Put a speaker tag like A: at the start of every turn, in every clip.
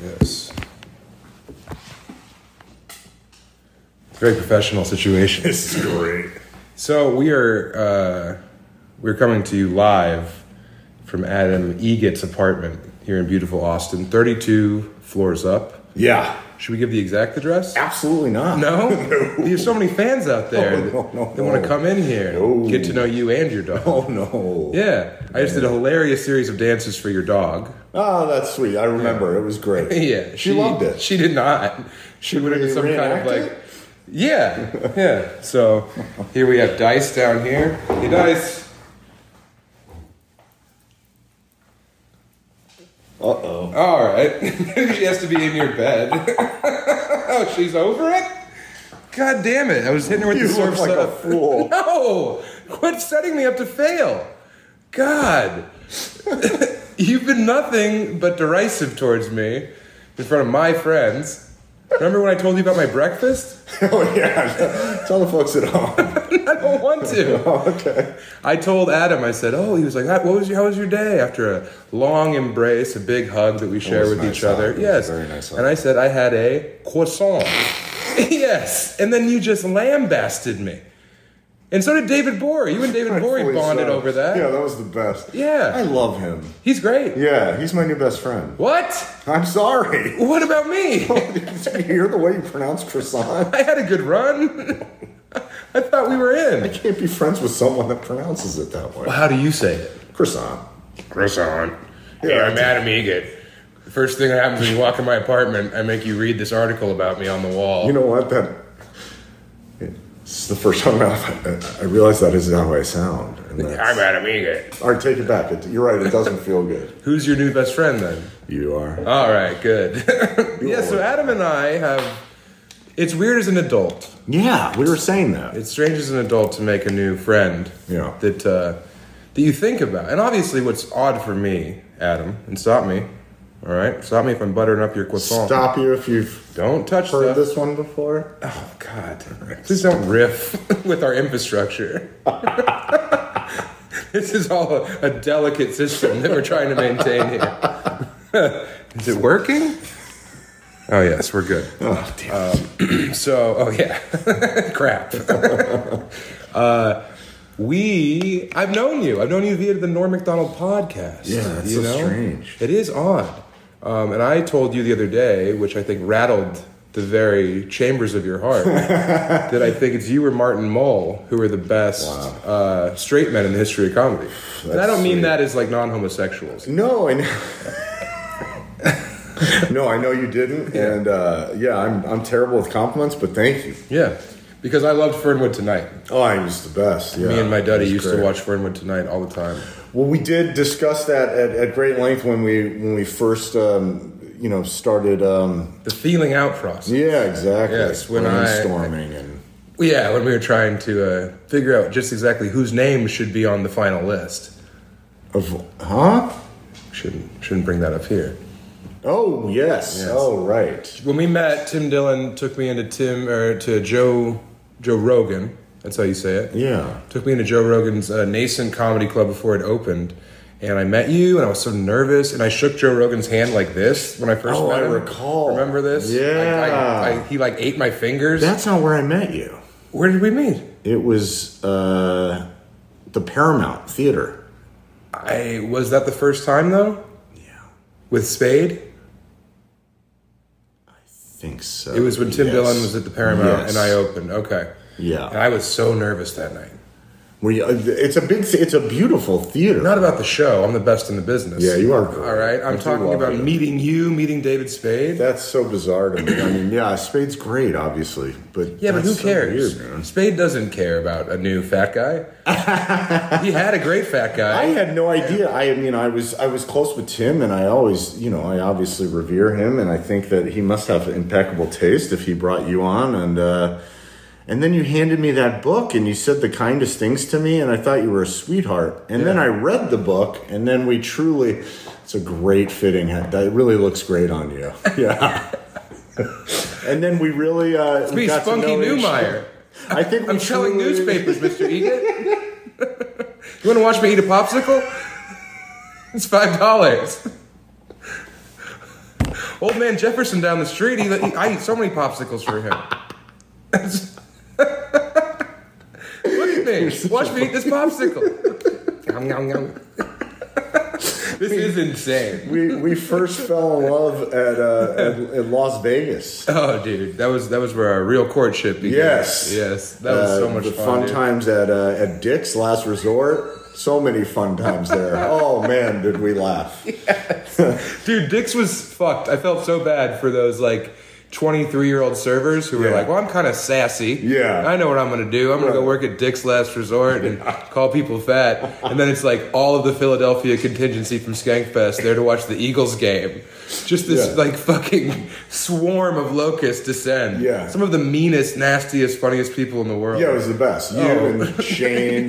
A: Yes. Very professional situation.
B: This is great.
A: So we are uh, we're coming to you live from Adam Egit's apartment here in beautiful Austin, 32 floors up.
B: Yeah.
A: Should we give the exact address?
B: Absolutely not.
A: No, there's so many fans out there.
B: No,
A: that
B: no, no,
A: they want to
B: no.
A: come in here,
B: No.
A: get to know you and your dog.
B: Oh no.
A: Yeah, I just did a hilarious series of dances for your dog.
B: Oh, that's sweet. I remember. It was great.
A: Yeah,
B: She, loved it.
A: She did not. She
B: Should
A: went into
B: we
A: some kind of
B: reenact
A: like,
B: it?
A: yeah, yeah. So here we have Dice down here. Hey, Dice.
B: uh oh.
A: All right. she has to be in your bed. oh, she's over it. God damn it! I was hitting her with
B: You
A: the
B: look
A: surf
B: like a
A: setup.
B: fool.
A: No! Quit setting me up to fail. God. You've been nothing but derisive towards me in front of my friends. Remember when I told you about my breakfast?
B: oh yeah. Tell the folks at home.
A: I don't want to.
B: okay.
A: I told Adam, I said, oh, he was like, what was your, how was your day? After a long embrace, a big hug that we share
B: was
A: with
B: nice
A: each other.
B: hug. It was a
A: Yes.
B: very nice hug.
A: and I said, I had a croissant. yes. And then you just lambasted me. And so did David Bory. You and David Bory
B: Rightfully
A: bonded
B: so.
A: over that.
B: Yeah, that was the best.
A: Yeah.
B: I love him.
A: He's great.
B: Yeah, he's my new best friend.
A: What?
B: I'm sorry.
A: What about me?
B: Did you hear the way you pronounce croissant?
A: I had a good run. I thought we were
B: I
A: in.
B: can't be friends with someone that pronounces it that way.
A: How do you say it?
B: Croissant.
A: croissant.
B: Yeah,
A: Yeah, I'm
B: it's-
A: Adam Egan. The first thing that happens when you walk in my apartment, I make you read this article about me on the wall.
B: You know what? That this is the first time I, I realized that is how I sound. And
A: I'm
B: that's,
A: Adam Egan.
B: all right, take it back. It, you're right. It doesn't feel good.
A: Who's your new best friend then?
B: You are.
A: All right, good. yeah, so
B: always-
A: Adam and I have. It's weird as an adult.
B: Yeah, we were saying that.
A: It's strange as an adult to make a new friend
B: Yeah.
A: that uh, that you think about. And obviously, what's odd for me, Adam, and stop me, all right? Stop me if I'm buttering up your croissant.
B: Stop you if you've
A: Don't touch
B: heard
A: stuff.
B: this one before.
A: Oh God! Please don't riff with our infrastructure. this is all a, a delicate system that we're trying to maintain here. is it working? Oh yes, we're good.
B: Oh, damn.
A: So, oh yeah, crap. uh, we, I've known you. I've known you via the Norm Macdonald podcast.
B: Yeah, it's
A: you
B: so strange.
A: It is odd. Um, and I told you the other day, which I think rattled the very chambers of your heart, that I think it's you or Martin Mull who are the best uh, straight men in the history of comedy. and I
B: That's
A: don't mean
B: sweet.
A: that as like non-homosexuals.
B: no, I know. no, I know you didn't. And uh, yeah, I'm I'm terrible with compliments, but thank you.
A: Yeah, because I loved Fernwood Tonight.
B: Oh, I was the best. Yeah,
A: Me and my daddy
B: It Ah, was
A: used to
B: great.
A: watch Fernwood Tonight all the time.
B: Well, we did discuss that at, at great length when we when we first um, you know started. Um,
A: The feeling out process.
B: yeah, exactly.
A: Yes, when I-
B: brainstorming and
A: Yeah, when we were trying to uh, figure out just exactly whose name should be on the final list.
B: of huh?
A: Shouldn't shouldn't bring that up here.
B: Oh yes. Oh right.
A: When we met, Tim Dillon took me into Tim or to Joe Joe Rogan. That's how you say it.
B: Yeah.
A: Took me into Joe Rogan's uh, nascent comedy club before it opened, and I met you, and I was so nervous, and I shook Joe Rogan's hand like this when I first
B: Oh,
A: met
B: I
A: him.
B: recall.
A: Remember this? Like, I,
B: Yeah.
A: I, he like ate my fingers.
B: That's not where I met you.
A: Where did we meet?
B: It was uh, the Paramount Theater.
A: I was that the first time though
B: Yeah, I
A: with Spade.
B: think so.
A: It was when Tim
B: Yes.
A: Dillon was at the Paramount
B: Yes.
A: and I opened. Okay.
B: Yeah.
A: And I was so nervous that night.
B: Were you, it's a big. th- It's a beautiful theater.
A: Not about the show. I'm the best in the business.
B: Yeah, you are great.
A: All right.
B: I
A: I'm
B: do
A: talking
B: love
A: about
B: you.
A: meeting you, meeting David Spade.
B: That's so bizarre to me. I mean, yeah, Spade's great, obviously, but
A: yeah, but
B: that's
A: who
B: so
A: cares?
B: weird, man.
A: Spade doesn't care about a new fat guy. he had a great fat
B: I
A: guy.
B: had no idea. I mean, I was I was close with Tim, and I always, you know, I obviously revere him, and I think that he must have impeccable taste if he brought you on, and uh, and then you handed me that book, and you said the kindest things to me, and I thought you were a sweetheart, and then I read the book, and then we truly, it's a great fitting. hat. That really looks great on you. Yeah. and then we really uh,
A: It's me, Spunky
B: each-
A: Newmeyer.
B: I think we
A: I'm selling
B: truly-
A: newspapers, Mr. Egan. you want to watch me eat a popsicle? It's five dollars. Old man Jefferson down the street. He, he, I eat so many popsicles for him. Look at me. Watch me eat this popsicle. Yum, yum, yum. This is insane.
B: we we first fell in love at uh, at, at Las Vegas.
A: Oh, dude, that was that was where our real courtship began.
B: Yes.
A: yes, that was so
B: Uh,
A: much
B: the
A: fun.
B: fun
A: dude.
B: times at uh, at Dick's Last Resort. So many fun times there. oh man, did we laugh?
A: Dude, Dick's was fucked. I felt so bad for those like 23 year old servers who were
B: Yeah.
A: like, well, I'm kind of sassy.
B: Yeah.
A: I know what I'm going to do. I'm going to go work at Dick's Last Resort and call people fat. And then it's like all of the Philadelphia contingency from Skankfest there to watch the Eagles game. Just this
B: Yeah.
A: like fucking swarm of locusts descend.
B: Yeah.
A: Some of the meanest, nastiest, funniest people in the world.
B: Yeah, it was the best. You
A: Oh.
B: and Shane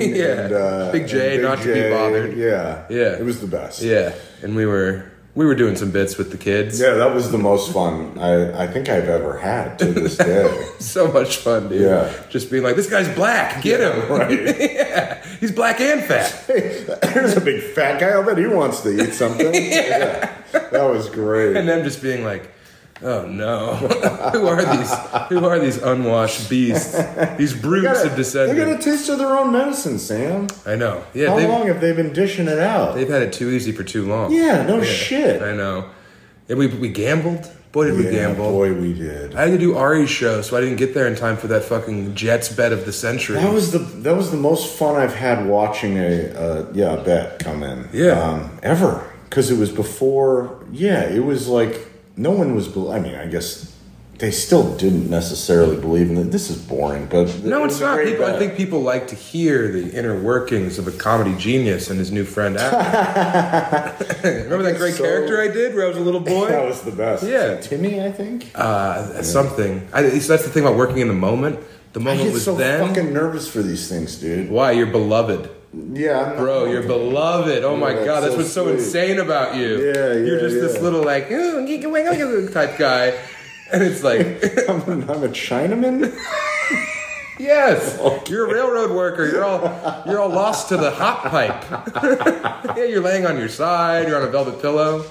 A: Yeah.
B: and uh,
A: Big J,
B: and
A: not to be bothered.
B: Yeah,
A: Yeah.
B: it was the best.
A: Yeah. And we were we were doing some bits with the kids.
B: Yeah, that was the most fun I, I think I've ever had to this day.
A: So much fun, dude.
B: Yeah.
A: Just being like, this guy's black. Get him.
B: right.
A: yeah. He's black and fat.
B: There's a big fat guy. I bet he wants to eat something. yeah. That was great.
A: And them just being like, oh no. who are these who are these unwashed beasts? These brutes of
B: they're
A: descendants.
B: gonna taste of their own medicine, Sam.
A: I know. Yeah,
B: How
A: they've
B: long have they been dishing it out?
A: they've had it too easy for too long.
B: Yeah, no shit.
A: I know. And we we gambled. Boy did we
B: Yeah,
A: gamble.
B: boy, we did.
A: I had to do Ari's show, so I didn't get there in time for that fucking Jets bet of the century.
B: That was the that was the most fun I've had watching a uh, yeah a bet come in
A: Yeah.
B: um, ever because it was before yeah it was like no one was bel- I mean I guess they still didn't necessarily believe in it. This is boring, but th-
A: No,
B: it
A: it's
B: was a
A: not.
B: great
A: People, I
B: bet.
A: think people like to hear the inner workings of a comedy genius and his new friend. Adam. Remember that great
B: So-
A: character I did where I was a little
B: that
A: boy?
B: was the best.
A: Yeah.
B: Timmy, I think.
A: Uh, something. I, so that's the thing about working in the moment. The
B: I
A: moment
B: get
A: was
B: so
A: then.
B: fucking nervous for these things, dude.
A: Why? You're beloved,
B: Yeah, I'm not-
A: bro. You're beloved. Oh my
B: Yeah, that's
A: god, that's
B: so
A: what's so
B: sweet.
A: insane about you.
B: Yeah,
A: You're
B: yeah,
A: just this
B: yeah.
A: little like "Ooh, geek, wiggle, wiggle," type guy, and it's like,
B: I'm, I'm a Chinaman.
A: yes, you're a railroad worker. You're all you're all lost to the hot pipe. yeah, you're laying on your side. You're on a velvet pillow.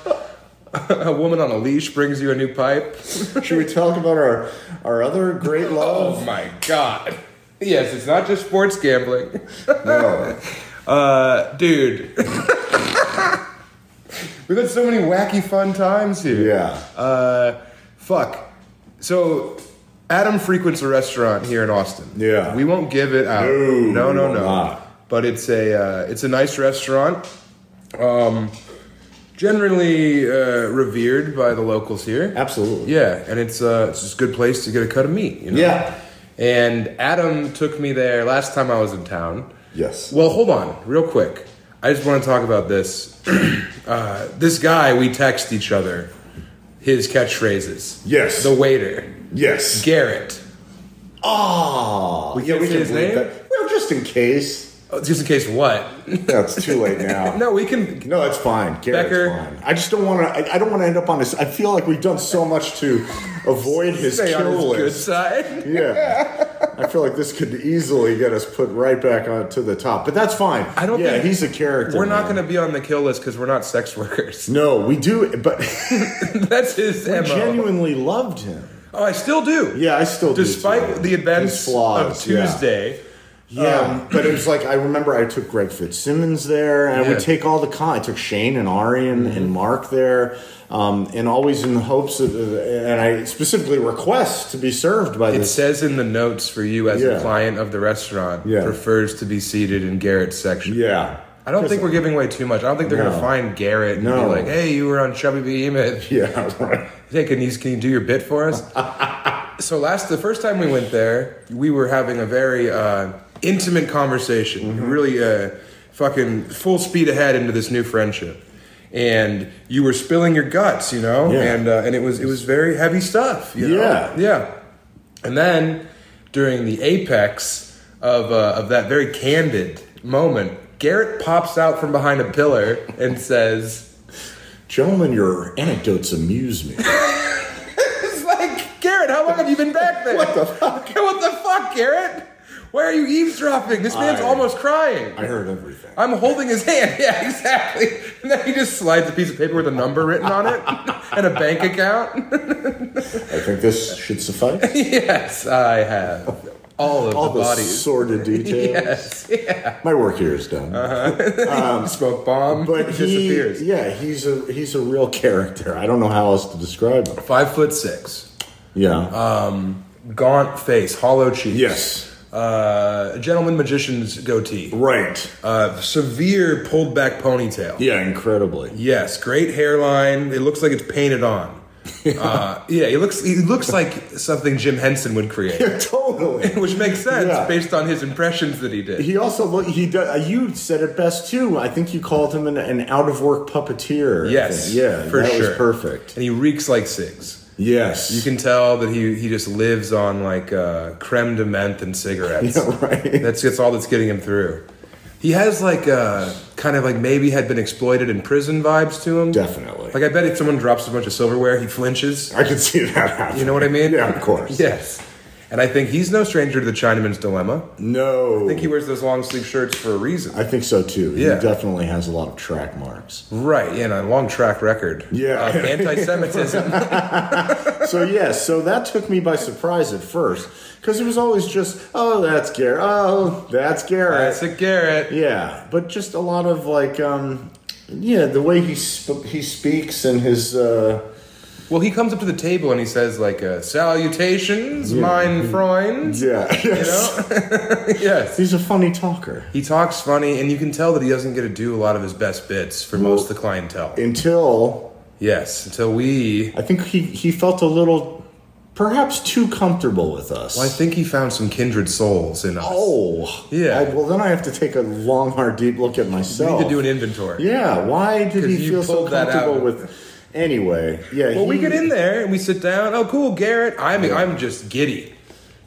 A: a woman on a leash brings you a new pipe.
B: Should we talk about our our other great
A: Oh
B: love?
A: my god. Yes, it's not just sports gambling.
B: No.
A: Uh, dude. We've had so many wacky fun times here.
B: Yeah.
A: Uh, fuck. So, Adam frequents a restaurant here in Austin.
B: Yeah.
A: We won't give it out. no, no.
B: No, we will
A: no.
B: not.
A: But it's a uh, it's a nice restaurant. Um, generally uh, revered by the locals here.
B: Absolutely.
A: Yeah, and it's uh, it's just a good place to get a cut of meat. You know?
B: Yeah.
A: And Adam took me there last time I was in town.
B: Yes.
A: Well, hold on, real quick. I just want to talk about this. uh, this guy, we text each other his catchphrases.
B: Yes.
A: The waiter,
B: Yes.
A: Garrett.
B: Ah.
A: We can't say his name?
B: believe That. Well, just in case.
A: Oh, just in case what?
B: That's too late now.
A: no, we can.
B: No, that's fine. Garrett's
A: Becker.
B: fine. I just don't want to. I, I don't want to end up on this. I feel like we've done so much to avoid his
A: Stay on
B: kill
A: his good
B: list.
A: side.
B: Yeah, I feel like this could easily get us put right back on to the top. But that's fine.
A: I don't
B: Yeah,
A: think-
B: he's a character.
A: We're not
B: man.
A: going to be on the kill list because we're not sex workers.
B: No, we do. But
A: That's his
B: I
A: MO.
B: genuinely loved him.
A: Oh, I still do.
B: Yeah, I still do.
A: Despite
B: too.
A: the events
B: His flaws,
A: of
B: yeah.
A: Tuesday. Um,
B: Yeah, but it was like I remember I took Greg Fitzsimmons there, and I
A: Yeah. Mm-hmm.
B: would take all the con. I took Shane and Ari and, and Mark there, um, and always in the hopes of, and I specifically request to be served by
A: It
B: this.
A: says in the notes for you as a
B: Yeah.
A: client of the restaurant
B: Yeah.
A: prefers to be seated in Garrett's section.
B: Yeah,
A: I don't think we're giving away too much. I don't think they're gonna
B: No.
A: find Garrett and
B: No.
A: be like, "Hey, you were on Chubby Behemoth.
B: Yeah, right.
A: Hey, can you can you do your bit for us?" so last the first time we went there, we were having a very uh, intimate conversation,
B: Mm-hmm.
A: really uh, fucking full speed ahead into this new friendship, and you were spilling your guts, you know,
B: Yeah.
A: and uh, and it was it was very heavy stuff. you know?
B: Yeah.
A: yeah. And then during the apex of uh, of that very candid moment, Garrett pops out from behind a pillar and says.
B: Gentlemen, your anecdotes amuse me.
A: It's like, Garrett, how long have you been back there? what the fuck? what the fuck, Garrett? Why are you eavesdropping? This man's
B: I-
A: almost crying.
B: I heard everything.
A: I'm holding his hand. Yeah, exactly. And then he just slides a piece of paper with a number written on it and a bank account.
B: I think this should suffice.
A: yes, I have all of
B: All
A: the
B: the
A: bodies.
B: sordid details.
A: yes, Uh, yeah.
B: My work here is done.
A: Smoke bomb,
B: Um, But he,
A: disappears.
B: yeah, he's a he's a real character. I don't know how else to describe him.
A: Five foot six,
B: Yeah.
A: Uh, gaunt face, hollow cheeks.
B: yes.
A: uh, gentleman magician's goatee,
B: Right.
A: uh, severe pulled back ponytail.
B: Yeah. Incredibly.
A: Yes, great hairline. It looks like it's painted on. uh, yeah, he looks he looks like something Jim Henson would create,
B: totally.
A: which makes sense
B: Yeah.
A: based on his impressions that he did.
B: He also look. He does, you said it best too. I think you called him an, an out of work puppeteer. I
A: Yes,
B: think. Yeah.
A: for
B: that
A: sure.
B: was perfect.
A: And he reeks like cigs.
B: Yes.
A: You can tell that he he just lives on like uh, creme de menthe and cigarettes.
B: right.
A: That's that's all that's getting him through. He has like uh, kind of like maybe had been exploited in prison vibes to him.
B: Definitely.
A: Like I bet if someone drops a bunch of silverware, he flinches.
B: I can see that happening.
A: You know what I mean?
B: Yeah, of course.
A: Yes. And I think he's no stranger to the Chinaman's dilemma.
B: No.
A: I think he wears those long sleeve shirts for a reason.
B: I think so too.
A: Yeah.
B: He definitely has a lot of track marks.
A: right, yeah, and a long track record.
B: Yeah.
A: Of anti-Semitism.
B: so yeah, so that took me by surprise at first because it was always just, oh, that's Garrett. Oh, that's Garrett.
A: Classic Garrett.
B: Yeah, but just a lot of like, um, yeah, the way he sp- he speaks and his. Uh,
A: Well, he comes up to the table and he says, like, uh, salutations, mein Freund.
B: yeah,
A: You know? yes.
B: he's a funny talker.
A: He talks funny, and you can tell that he doesn't get to do a lot of his best bits for most of the clientele.
B: Until
A: Yes, until we.
B: I think he he felt a little, perhaps too comfortable with us.
A: I think he found some kindred souls in us.
B: oh,
A: Yeah.
B: I- well, then I have to take a long, hard, deep look at
A: we
B: myself.
A: need to do an inventory.
B: oh. Yeah, why did
A: 'Cause
B: he
A: you
B: feel so
A: pulled that
B: comfortable
A: out.
B: with? Anyway, yeah.
A: Well, we
B: he-
A: get in there and we sit down. Oh, cool, Garrett. I'm I'm just giddy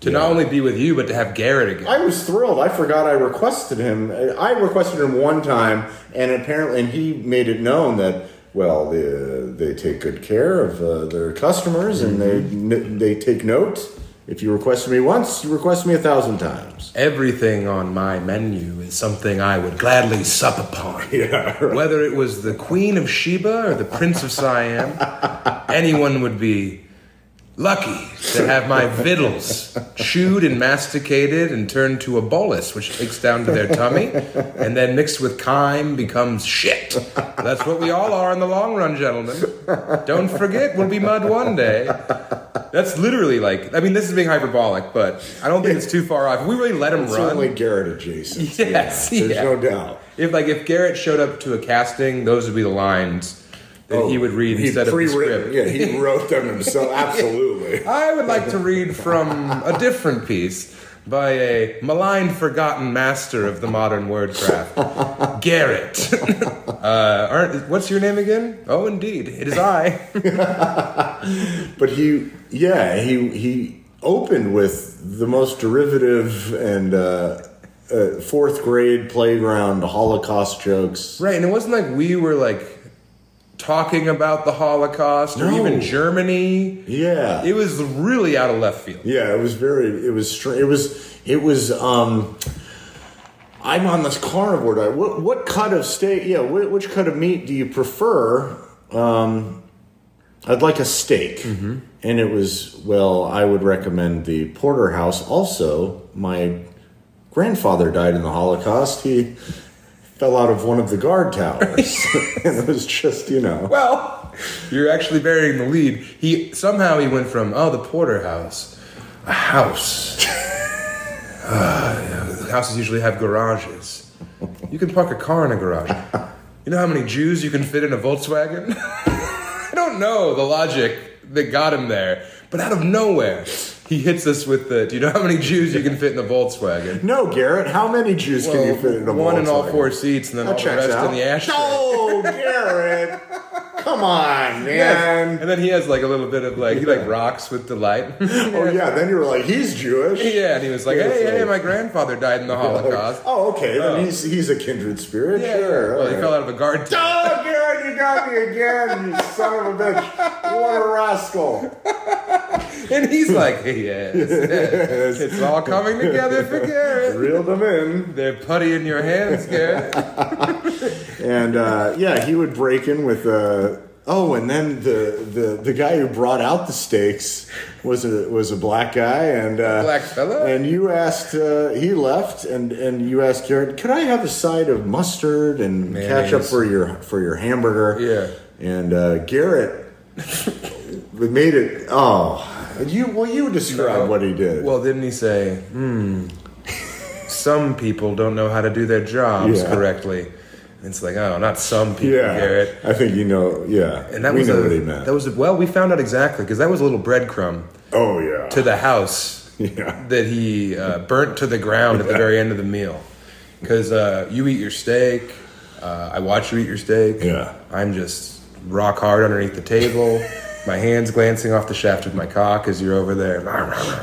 A: to not only be with you, but to have Garrett again.
B: I was thrilled. I forgot I requested him. I requested him one time, and apparently, and he made it known that well, the, they take good care of uh, their customers,
A: Mm-hmm.
B: and they they take note. If you request me once, you request me a thousand times.
A: Everything on my menu is something I would gladly sup upon.
B: Yeah,
A: Whether it was the Queen of Sheba or the Prince of Siam, anyone would be lucky to have my victuals chewed and masticated and turned to a bolus, which takes down to their tummy and then mixed with chyme becomes shit. That's what we all are in the long run, gentlemen. Don't forget, we'll be mud one day. That's literally like, I mean, this is being hyperbolic, but I don't think it's too far off. We really let him run.
B: certainly Garrett adjacent.
A: Yes,
B: yeah, there's
A: yeah.
B: no doubt.
A: If like if Garrett showed up to a casting, those would be the lines that he would read
B: He
A: instead of the
B: Oh, pre-written-
A: script.
B: Yeah, he wrote them himself. Absolutely.
A: I would like to read from a different piece by a maligned, forgotten master of the modern wordcraft, Garrett. uh, aren't, what's your name again? Oh, indeed, it is I.
B: But he, yeah, he he opened with the most derivative and uh, uh, fourth grade playground Holocaust jokes.
A: right, and it wasn't like we were like talking about the Holocaust or
B: No.
A: even Germany.
B: Yeah,
A: It was really out of left field.
B: yeah, it was very, it was, str- it was, it was. um I'm on this carnivore diet. What, what cut of steak? Yeah, wh- which cut of meat do you prefer? Um, I'd like a steak.
A: Mm-hmm.
B: And it was well. I would recommend the porterhouse. Also, my grandfather died in the Holocaust. He fell out of one of the guard towers, and it was just you know.
A: Well, you're actually burying the lead. He somehow he went from oh the porterhouse, a house. Ah, yeah, houses usually have garages. You can park a car in a garage. You know how many Jews you can fit in a Volkswagen? I don't know the logic that got him there, but out of nowhere, he hits us with the. Do you know how many Jews you can fit in a Volkswagen?
B: No, Garrett. How many Jews can you fit in a
A: one in all
B: Volkswagen?
A: four seats, and then all the rest in the ashtray.
B: No, Garrett. Come on, man.
A: And then he has like a little bit of like he like rocks with delight.
B: Oh yeah, then you were like, he's Jewish.
A: Yeah, and he was like,
B: Yeah,
A: "Hey,
B: so-
A: hey, my grandfather died in the
B: Like,
A: Holocaust."
B: oh okay, then he's he's a kindred spirit.
A: yeah,
B: Oh, sure.
A: Well, he
B: all
A: fell
B: right.
A: out of a guard. tower.
B: Oh, Garrett, you got me again, you son of a bitch. What a rascal.
A: And he's like, yes, yes. It's all coming together for Garrett.
B: Reeled him in.
A: They're putty in your hands, Garrett.
B: And uh, yeah, he would break in with Uh, Oh, and then the, the, the guy who brought out the steaks was a was a black guy, and uh,
A: Black fella?
B: And you asked, uh, he left, and, and you asked Garrett, could I have a side of mustard and ketchup
A: Mayonnaise.
B: for your for your hamburger?
A: Yeah.
B: And uh, Garrett made it. Oh, you well, you describe what he did.
A: Well, didn't he say, hmm, some people don't know how to do their jobs
B: Yeah.
A: correctly? And it's like, oh, not some people,
B: yeah,
A: Garrett.
B: I think you know. Yeah,
A: And that
B: we
A: was
B: know
A: a,
B: what he meant.
A: That was a, well, we found out exactly because that was a little breadcrumb
B: oh yeah,
A: to the house
B: yeah.
A: that he uh, burnt to the ground at the very end of the meal. Because uh, you eat your steak, uh, I watch you eat your steak.
B: Yeah.
A: I'm just rock hard underneath the table, my hands glancing off the shaft of my cock as you're over there.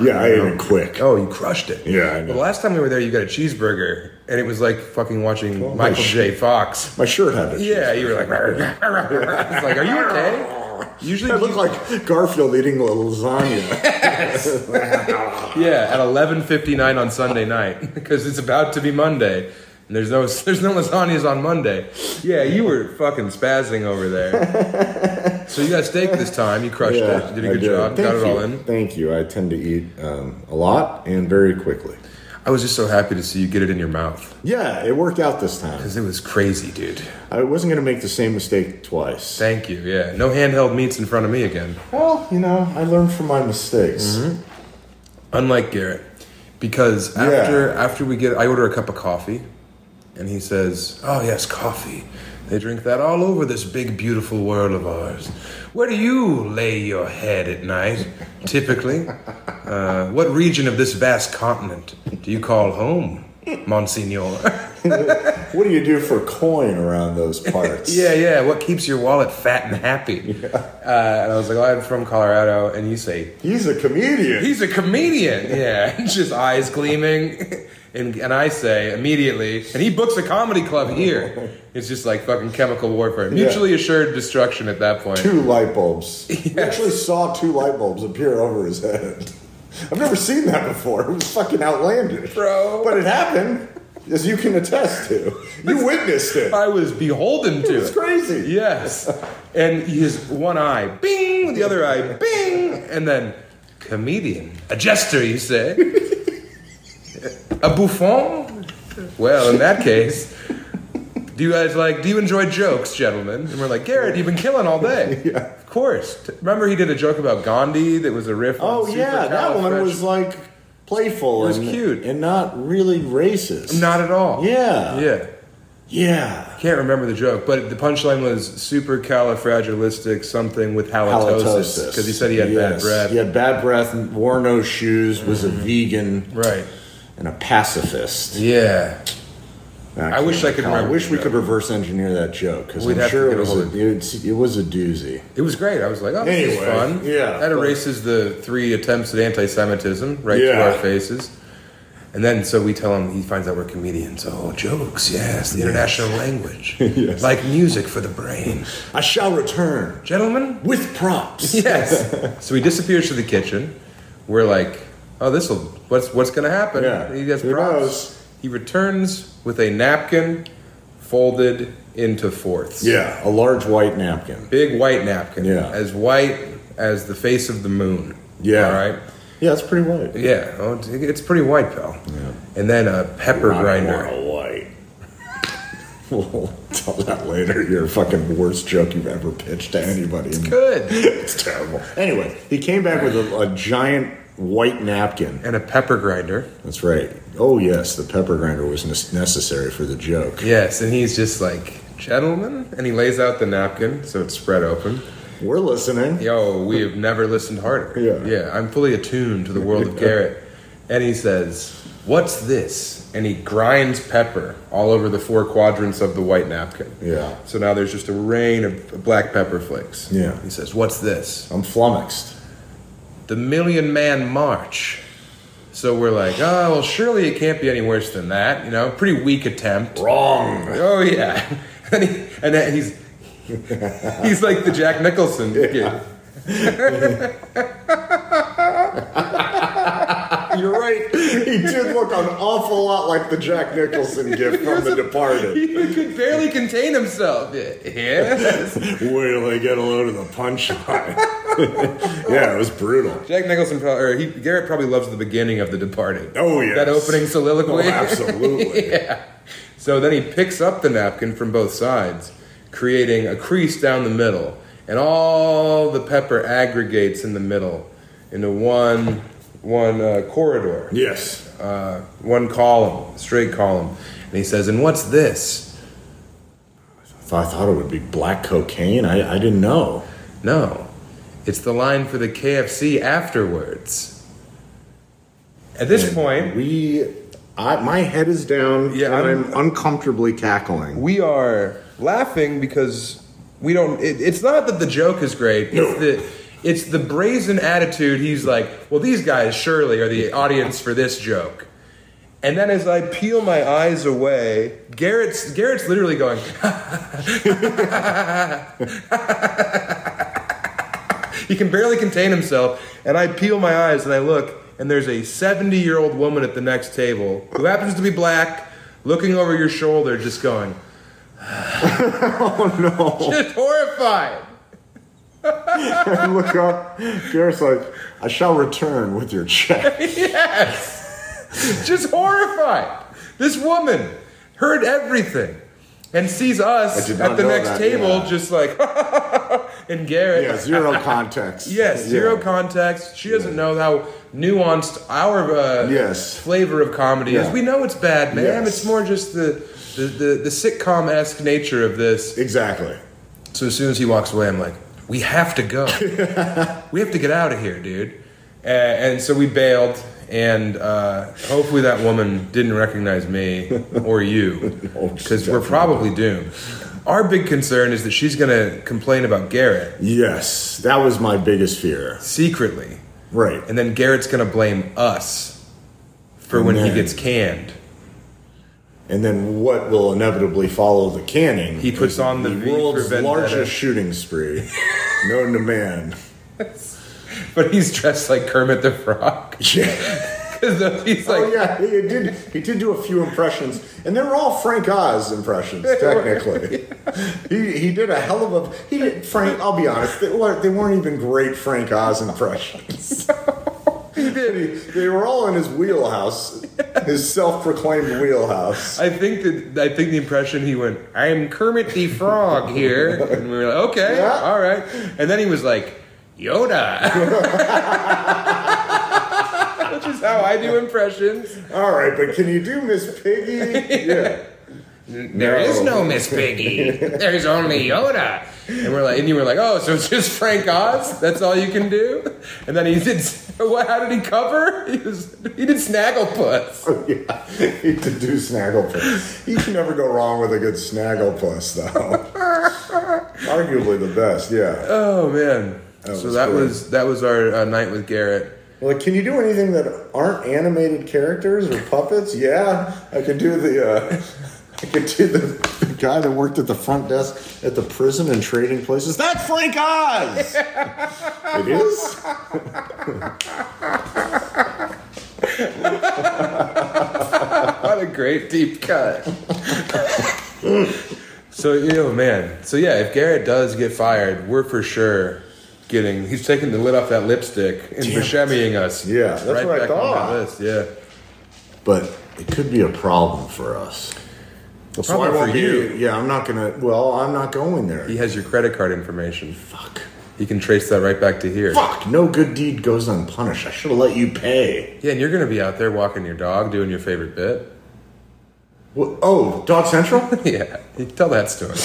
B: Yeah, I ate it quick.
A: Oh, you crushed it.
B: Yeah, I know.
A: Well, the last time we were there, you got a cheeseburger, and it was like fucking watching
B: my
A: Michael J. Fox.
B: My shirt had it.
A: Yeah, you were like, it's like, are you okay? Usually,
B: I look like Garfield eating a lasagna.
A: yeah, at eleven fifty nine on Sunday night because it's about to be Monday, and there's no there's no lasagnas on Monday. Yeah, you were fucking spazzing over there. so you got steak this time. You crushed it. You did a
B: I
A: good job.
B: Thank
A: got it all
B: you.
A: in.
B: Thank you. I tend to eat um, a lot and very quickly.
A: I was just so happy to see you get it in your mouth
B: Yeah, it worked out this time.
A: because it was crazy, dude.
B: I wasn't going to make the same mistake twice.
A: Thank you. Yeah, no handheld meats in front of me again.
B: Well, you know, I learned from my mistakes.
A: unlike Garrett, because after after we get, I order a cup of coffee, and he says, "Oh yes, coffee. They drink that all over this big beautiful world of ours. Where do you lay your head at night, typically? Uh, what region of this vast continent do you call home, Monsignor?"
B: What do you do for coin around those parts?
A: Yeah, yeah. What keeps your wallet fat and happy? Uh, and I was like, oh, I'm from Colorado. And you say,
B: He's a comedian.
A: He's a comedian. Yeah, just eyes gleaming. And, and I say immediately, and he books a comedy club here. It's just like fucking chemical warfare, mutually assured destruction at that point.
B: two light bulbs. We actually saw two light bulbs appear over his head. I've never seen that before. It was fucking outlandish.
A: Bro.
B: But it happened, as you can attest to. You witnessed it.
A: I was beholden to
B: It's
A: it.
B: crazy.
A: Yes, and his one eye, bing, the other eye, bing, and then comedian, a jester, you say, a buffon. Well, in that case. Do you guys like? Do you enjoy jokes, gentlemen? And we're like, Garrett, you've been killing all day. Yeah, of course. T- Remember, he did a joke about Gandhi that was a riff. on
B: Oh yeah, that one
A: supercalifrag-
B: was like playful
A: It was
B: and
A: cute.
B: and not really racist.
A: not at all.
B: Yeah.
A: yeah.
B: Yeah.
A: Can't remember the joke, but the punchline was supercalifragilistic something with halitosis
B: Halitosis.
A: because he said he had bad
B: Yes.
A: breath.
B: He had bad breath. Wore no shoes. Was
A: Mm-hmm.
B: a vegan
A: Right.
B: and a pacifist.
A: Yeah.
B: I,
A: wish
B: can't
A: I could
B: recall. I
A: remember
B: wish
A: the
B: we
A: joke.
B: could reverse engineer that joke because
A: We'd
B: I'm
A: have to
B: sure
A: get
B: it
A: a
B: was
A: hold
B: a,
A: of
B: it's- it was a doozy.
A: It was great. I was like, oh, this is
B: Anyway,
A: fun.
B: yeah,
A: That
B: but-
A: erases the three attempts at anti Semitism right
B: Yeah.
A: to our faces. And then, so we tell him, he finds out we're comedians. Oh, jokes, yes, the international language. Like music for the brain.
B: I shall return
A: Gentlemen,
B: with props.
A: Yes. so he disappears to the kitchen. We're like, oh, this will. What's what's going to happen?
B: Yeah.
A: He gets
B: Who
A: props.
B: knows?
A: He returns with a napkin folded into fourths.
B: Yeah, a large white napkin.
A: Big white napkin.
B: Yeah.
A: As white as the face of the moon.
B: Yeah.
A: All right.
B: Yeah, it's pretty white.
A: Yeah. Oh, it's- it's pretty white, pal. Yeah. And then a pepper grinder.
B: Not white. we'll tell that later. You're fucking worst joke you've ever pitched to anybody. It's,
A: Good.
B: terrible. Anyway, he came back with a, a giant white napkin.
A: And a pepper grinder.
B: That's right. Oh yes, the pepper grinder was ne- necessary for the joke.
A: Yes. And he's just like, gentlemen. And he lays out the napkin so it's spread open.
B: We're listening.
A: Yo, we have never listened harder.
B: Yeah.
A: Yeah, I'm fully attuned to the world of Garrett. And he says, What's this? And he grinds pepper all over the four quadrants of the white napkin.
B: Yeah.
A: So now there's just a rain of black pepper flakes.
B: Yeah.
A: He says, What's this?
B: I'm flummoxed.
A: The Million Man March. So we're like, Oh, well, surely it can't be any worse than that. You know, pretty weak attempt.
B: Wrong.
A: Oh, yeah. and, he, and then he's. He's like the Jack Nicholson kid. You're right.
B: he did look an awful lot like the Jack Nicholson gift from The Departed.
A: He could barely contain himself. Yeah.
B: Wait till they get a load of the punchline. yeah, it was brutal.
A: Jack Nicholson, probably, or he, Garrett probably loves the beginning of The Departed.
B: Oh, yes.
A: That opening
B: Oh,
A: soliloquy.
B: absolutely.
A: yeah. So then he picks up the napkin from both sides, creating a crease down the middle, and all the pepper aggregates in the middle into one one uh, corridor,
B: Yes.
A: uh, one column, straight column. And he says, "And what's this?"
B: I thought it would be black cocaine. I, I didn't know.
A: No, it's the line for the KFC afterwards. At this
B: Hmm.
A: point,
B: We, I, my head is down.
A: Yeah,
B: and
A: I'm-
B: I'm, uncomfortably cackling.
A: we are laughing because we don't it, it's not that the joke is great it's
B: No.
A: the it's the brazen attitude he's like well these guys surely are the audience for this joke and then as i peel my eyes away garrett's garrett's literally going he can barely contain himself and i peel my eyes and i look and there's a 70 year old woman at the next table who happens to be black looking over your shoulder just going
B: Oh no!
A: just horrified.
B: I look up. Garrett's like, I shall return with your check.
A: Yes. Just horrified. This woman heard everything and sees us
B: I did not
A: at the
B: know
A: next
B: that,
A: table
B: yeah.
A: just like and Garrett.
B: Yeah, zero context.
A: Yes, zero
B: Yeah.
A: context. She doesn't know how nuanced our uh,
B: Yes.
A: flavor of comedy is.
B: Yeah.
A: We know it's bad, man.
B: Yes.
A: It's more just the the, the, the sitcom esque nature of this.
B: Exactly.
A: So as soon as he walks away, I'm like, we have to go. we have to get out of here, dude. Uh, and so we bailed, and uh, hopefully that woman didn't recognize me or you,
B: No,
A: because we're probably doomed. Our big concern is that she's going to complain about Garrett
B: Yes, that was my biggest fear.
A: secretly,
B: Right.
A: and then Garrett's going to blame us for when he
B: Man.
A: gets canned.
B: And then what will inevitably follow the canning?
A: He puts
B: is
A: on the V for
B: world's
A: Vendetta.
B: largest shooting spree known to man.
A: But he's dressed like Kermit the Frog.
B: Yeah.
A: 'Cause he's like,
B: oh yeah, he did. He did do a few impressions, and they were all Frank Oz impressions. Technically, he he did a hell of a. He did Frank. I'll be honest, they weren't, they weren't even great Frank Oz impressions. he did. They were all in his wheelhouse, his self-proclaimed wheelhouse.
A: I think that I think the impression he went, I'm Kermit the Frog here, and we were like, okay,
B: Yeah.
A: all right, and then he was like, Yoda, which is how I do impressions.
B: All right, but can you do Miss Piggy? Yeah.
A: There is no Miss Piggy. There's only Yoda. And we're like, and you were like, oh, so it's just Frank Oz? That's all you can do? And then he did. What? How did he cover? He was. He did Snagglepuss.
B: Oh, yeah, he could do snagglepuss. You can never go wrong with a good snagglepuss, though. Arguably the best, yeah.
A: Oh man.
B: That
A: so
B: was
A: that
B: great.
A: was that was our uh, night with Garrett.
B: Like, can you do anything that aren't animated characters or puppets? Yeah, I could do the. Uh, I could do the, the guy that worked at the front desk at the prison and trading places. That's Frank Oz. it is.
A: What a great deep cut. so you know, man. So yeah, if Garrett does get fired, we're for sure getting. He's taking the lid off that lipstick and
B: Damn it.
A: beshemmying us.
B: Yeah, that's
A: right
B: what I
A: back on that
B: thought.
A: list. Yeah.
B: but it could be a problem for us. So I
A: problem
B: won't
A: for
B: be-
A: you.
B: Yeah, I'm not gonna. Well, I'm not going there.
A: He has your credit card information.
B: Fuck.
A: He can trace that right back to here.
B: Fuck. No good deed goes unpunished. I should have let you pay.
A: Yeah, and you're gonna be out there walking your dog, doing your favorite bit.
B: Wha- oh, Dog Central.
A: Yeah, you tell that story.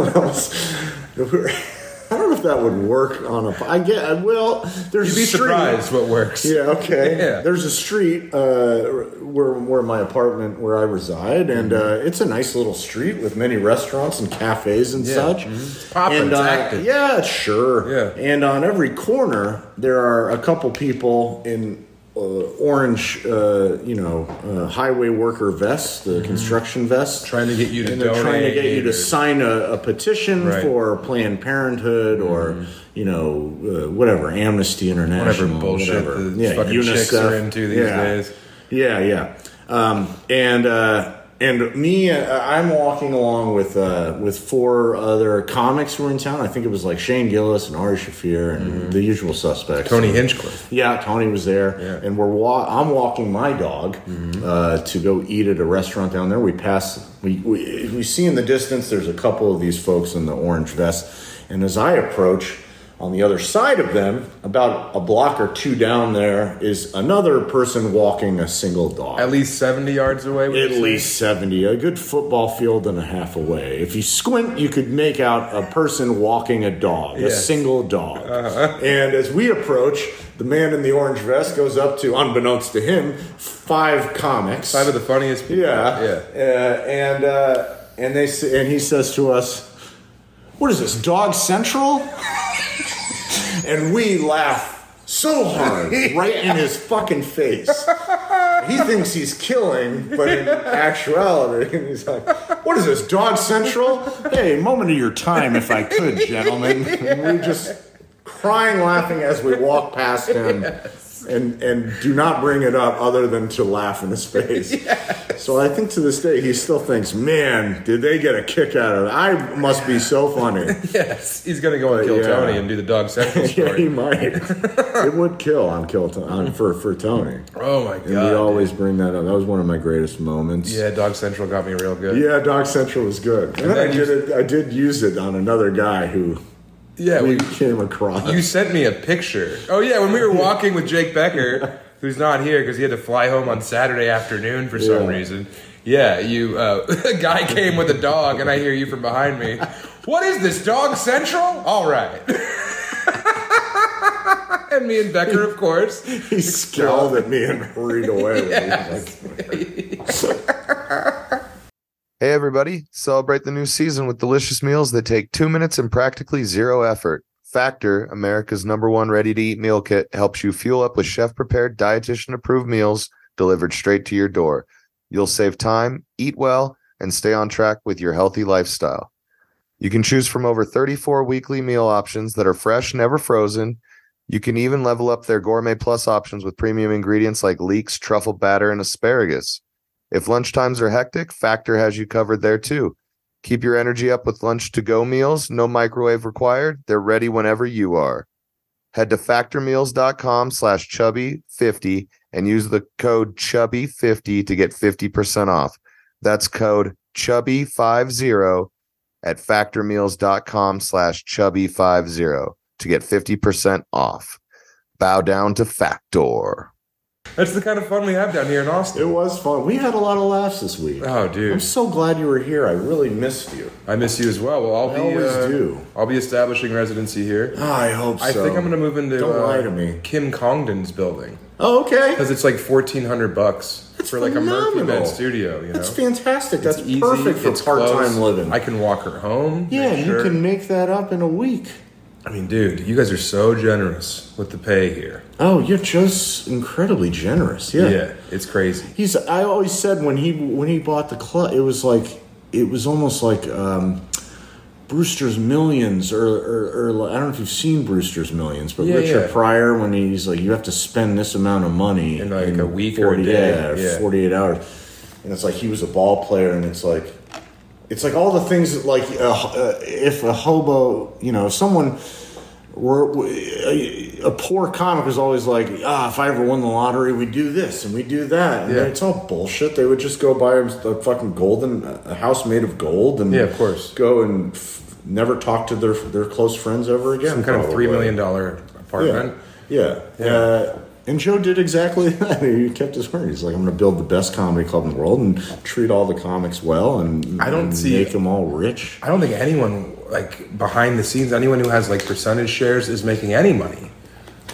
B: What else? I don't know if that would work on a. I get. Well, there's
A: You'd be
B: a street-
A: surprised what works.
B: Yeah. Okay.
A: Yeah.
B: There's a street uh, where where my apartment where I reside, and
A: Mm-hmm.
B: uh, it's a nice little street with many restaurants and cafes and
A: Yeah.
B: such.
A: Mhm. It's poppin',
B: And,
A: it's
B: uh,
A: active.
B: Yeah, sure.
A: Yeah.
B: And on every corner, there are a couple people in uh, orange, uh, you know, uh, highway worker vest, the construction vest.
A: Mm-hmm. Trying to get you to
B: and they're trying to get you
A: donate or-
B: to sign a, a petition
A: Right. Mm-hmm.
B: for Planned Parenthood or you know uh, whatever Amnesty International,
A: Whatever bullshit
B: whatever.
A: the fucking chicks are into these
B: yeah.
A: days.
B: Yeah, yeah. Um, and uh, and me, uh, I'm walking along with uh, with four other comics who were in town. I think it was like Shane Gillis and Ari Shafir and the usual suspects.
A: Mm-hmm. Tony Hinchcliffe.
B: Yeah, Tony was there,
A: Yeah.
B: and we're wa- I'm walking my dog uh, to go eat at a restaurant down there. We pass, we, we we see in the distance. There's a couple of these folks in the orange vests, and as I approach, on the other side of them, about a block or two down there, is another person walking a single dog.
A: At least 70 yards away. would
B: At
A: you say?
B: least 70, a good football field and a half away. If you squint, you could make out a person walking a dog, a
A: Yes. Uh-huh.
B: single dog. And as we approach, the man in the orange vest goes up to, unbeknownst to him, five comics.
A: Five of the funniest people.
B: yeah.
A: Yeah.
B: Uh, and, uh, and, they, s- and he says to us, What is this, Dog Central? and we laugh so hard right in his fucking face he thinks he's killing, but in actuality, he's like, "What is this, Dog Central?" Hey, moment of your time, if I could, gentlemen. And we just crying, laughing as we walk past him, and and do not bring it up other than to laugh in his face. So I think to this day he still thinks, "Man, did they get a kick out of it? I must be so funny."
A: Yes. He's going to go and kill
B: Yeah.
A: Tony and do the Dog Central
B: yeah,
A: story.
B: he might. it would kill on kill Ton- on, for for Tony.
A: oh, my God.
B: And we always bring that up. That was one of my greatest moments.
A: Yeah, Dog Central got me real good.
B: Yeah, Dog Central was good. And, then
A: then
B: I
A: you-
B: did it, I did use it on another guy who
A: Yeah,
B: we
A: we,
B: came across.
A: you sent me a picture. Oh yeah, when we were walking with Jake Becker, who's not here because he had to fly home on Saturday afternoon for some
B: Yeah.
A: reason. Yeah, you uh, a guy came with a dog, and I hear you from behind me. What is this dog central? All right. and me and Becker, of course.
B: he scowled at me and hurried away. He was like,
C: Hey, everybody, celebrate the new season with delicious meals that take two minutes and practically zero effort. Factor, America's number one ready to eat meal kit, helps you fuel up with chef prepared, dietitian approved meals delivered straight to your door. You'll save time, eat well, and stay on track with your healthy lifestyle. You can choose from over 34 weekly meal options that are fresh, never frozen. You can even level up their Gourmet Plus options with premium ingredients like leeks, truffle batter, and asparagus. If lunchtimes are hectic, Factor has you covered there too. Keep your energy up with lunch to go meals, no microwave required. They're ready whenever you are. Head to factormeals.com slash chubby50 and use the code chubby50 to get 50% off. That's code chubby50 at factormeals.com slash chubby50 to get 50% off. Bow down to Factor.
A: That's the kind of fun we have down here in
B: it
A: Austin.
B: was fun. We had a lot of laughs this week.
A: Oh,
B: I'm
A: dude,
B: so glad you were here. I really missed you.
A: I miss you as well. Well, I'll
B: I
A: be.
B: always
A: uh,
B: do.
A: I'll be establishing residency here.
B: Ah, I hope so.
A: I think I'm gonna move into.
B: Don't
A: uh,
B: lie to me.
A: Kim Congdon's building.
B: Oh, okay.
A: Because it's like fourteen hundred bucks
B: That's
A: for like a Murphy
B: phenomenal.
A: bed studio. You know,
B: That's fantastic. That's
A: It's easy,
B: perfect for
A: it's
B: part-time
A: close.
B: living.
A: I can walk her home.
B: yeah,
A: make
B: you
A: sure-
B: can make that up in a week.
A: I mean, dude, you guys are so generous with the pay here.
B: Oh, you're just incredibly generous.
A: it's crazy.
B: He's. I always said when he when he bought the club, it was like it was almost like um, Brewster's Millions, or, or, or like- I don't know if you've seen Brewster's Millions, but
A: Yeah,
B: Richard
A: yeah.
B: Pryor when he's like, you have to spend this amount of money
A: In, like, a week or a day,
B: yeah, or
A: yeah.
B: forty eight hours, and it's like he was a ball player, and it's like. It's like all the things that, like uh, uh, if a hobo, you know, if someone we're, we, a, a poor comic was always like, ah, if I ever won the lottery, we'd do this and we do that. And
A: Yeah.
B: it's all bullshit. They would just go buy a, a fucking golden a house made of gold and
A: Yeah, of course.
B: go and f- never talk to their their close friends ever again.
A: Some kind of
B: probably.
A: three million dollar
B: Yeah,
A: apartment.
B: yeah. Uh, and Joe did exactly that. He kept his word. He's like, I'm going to build the best comedy club in the world and treat all the comics well and
A: I don't
B: and
A: see-
B: make them all rich.
A: I don't think anyone like behind the scenes, anyone who has like percentage shares is making any money.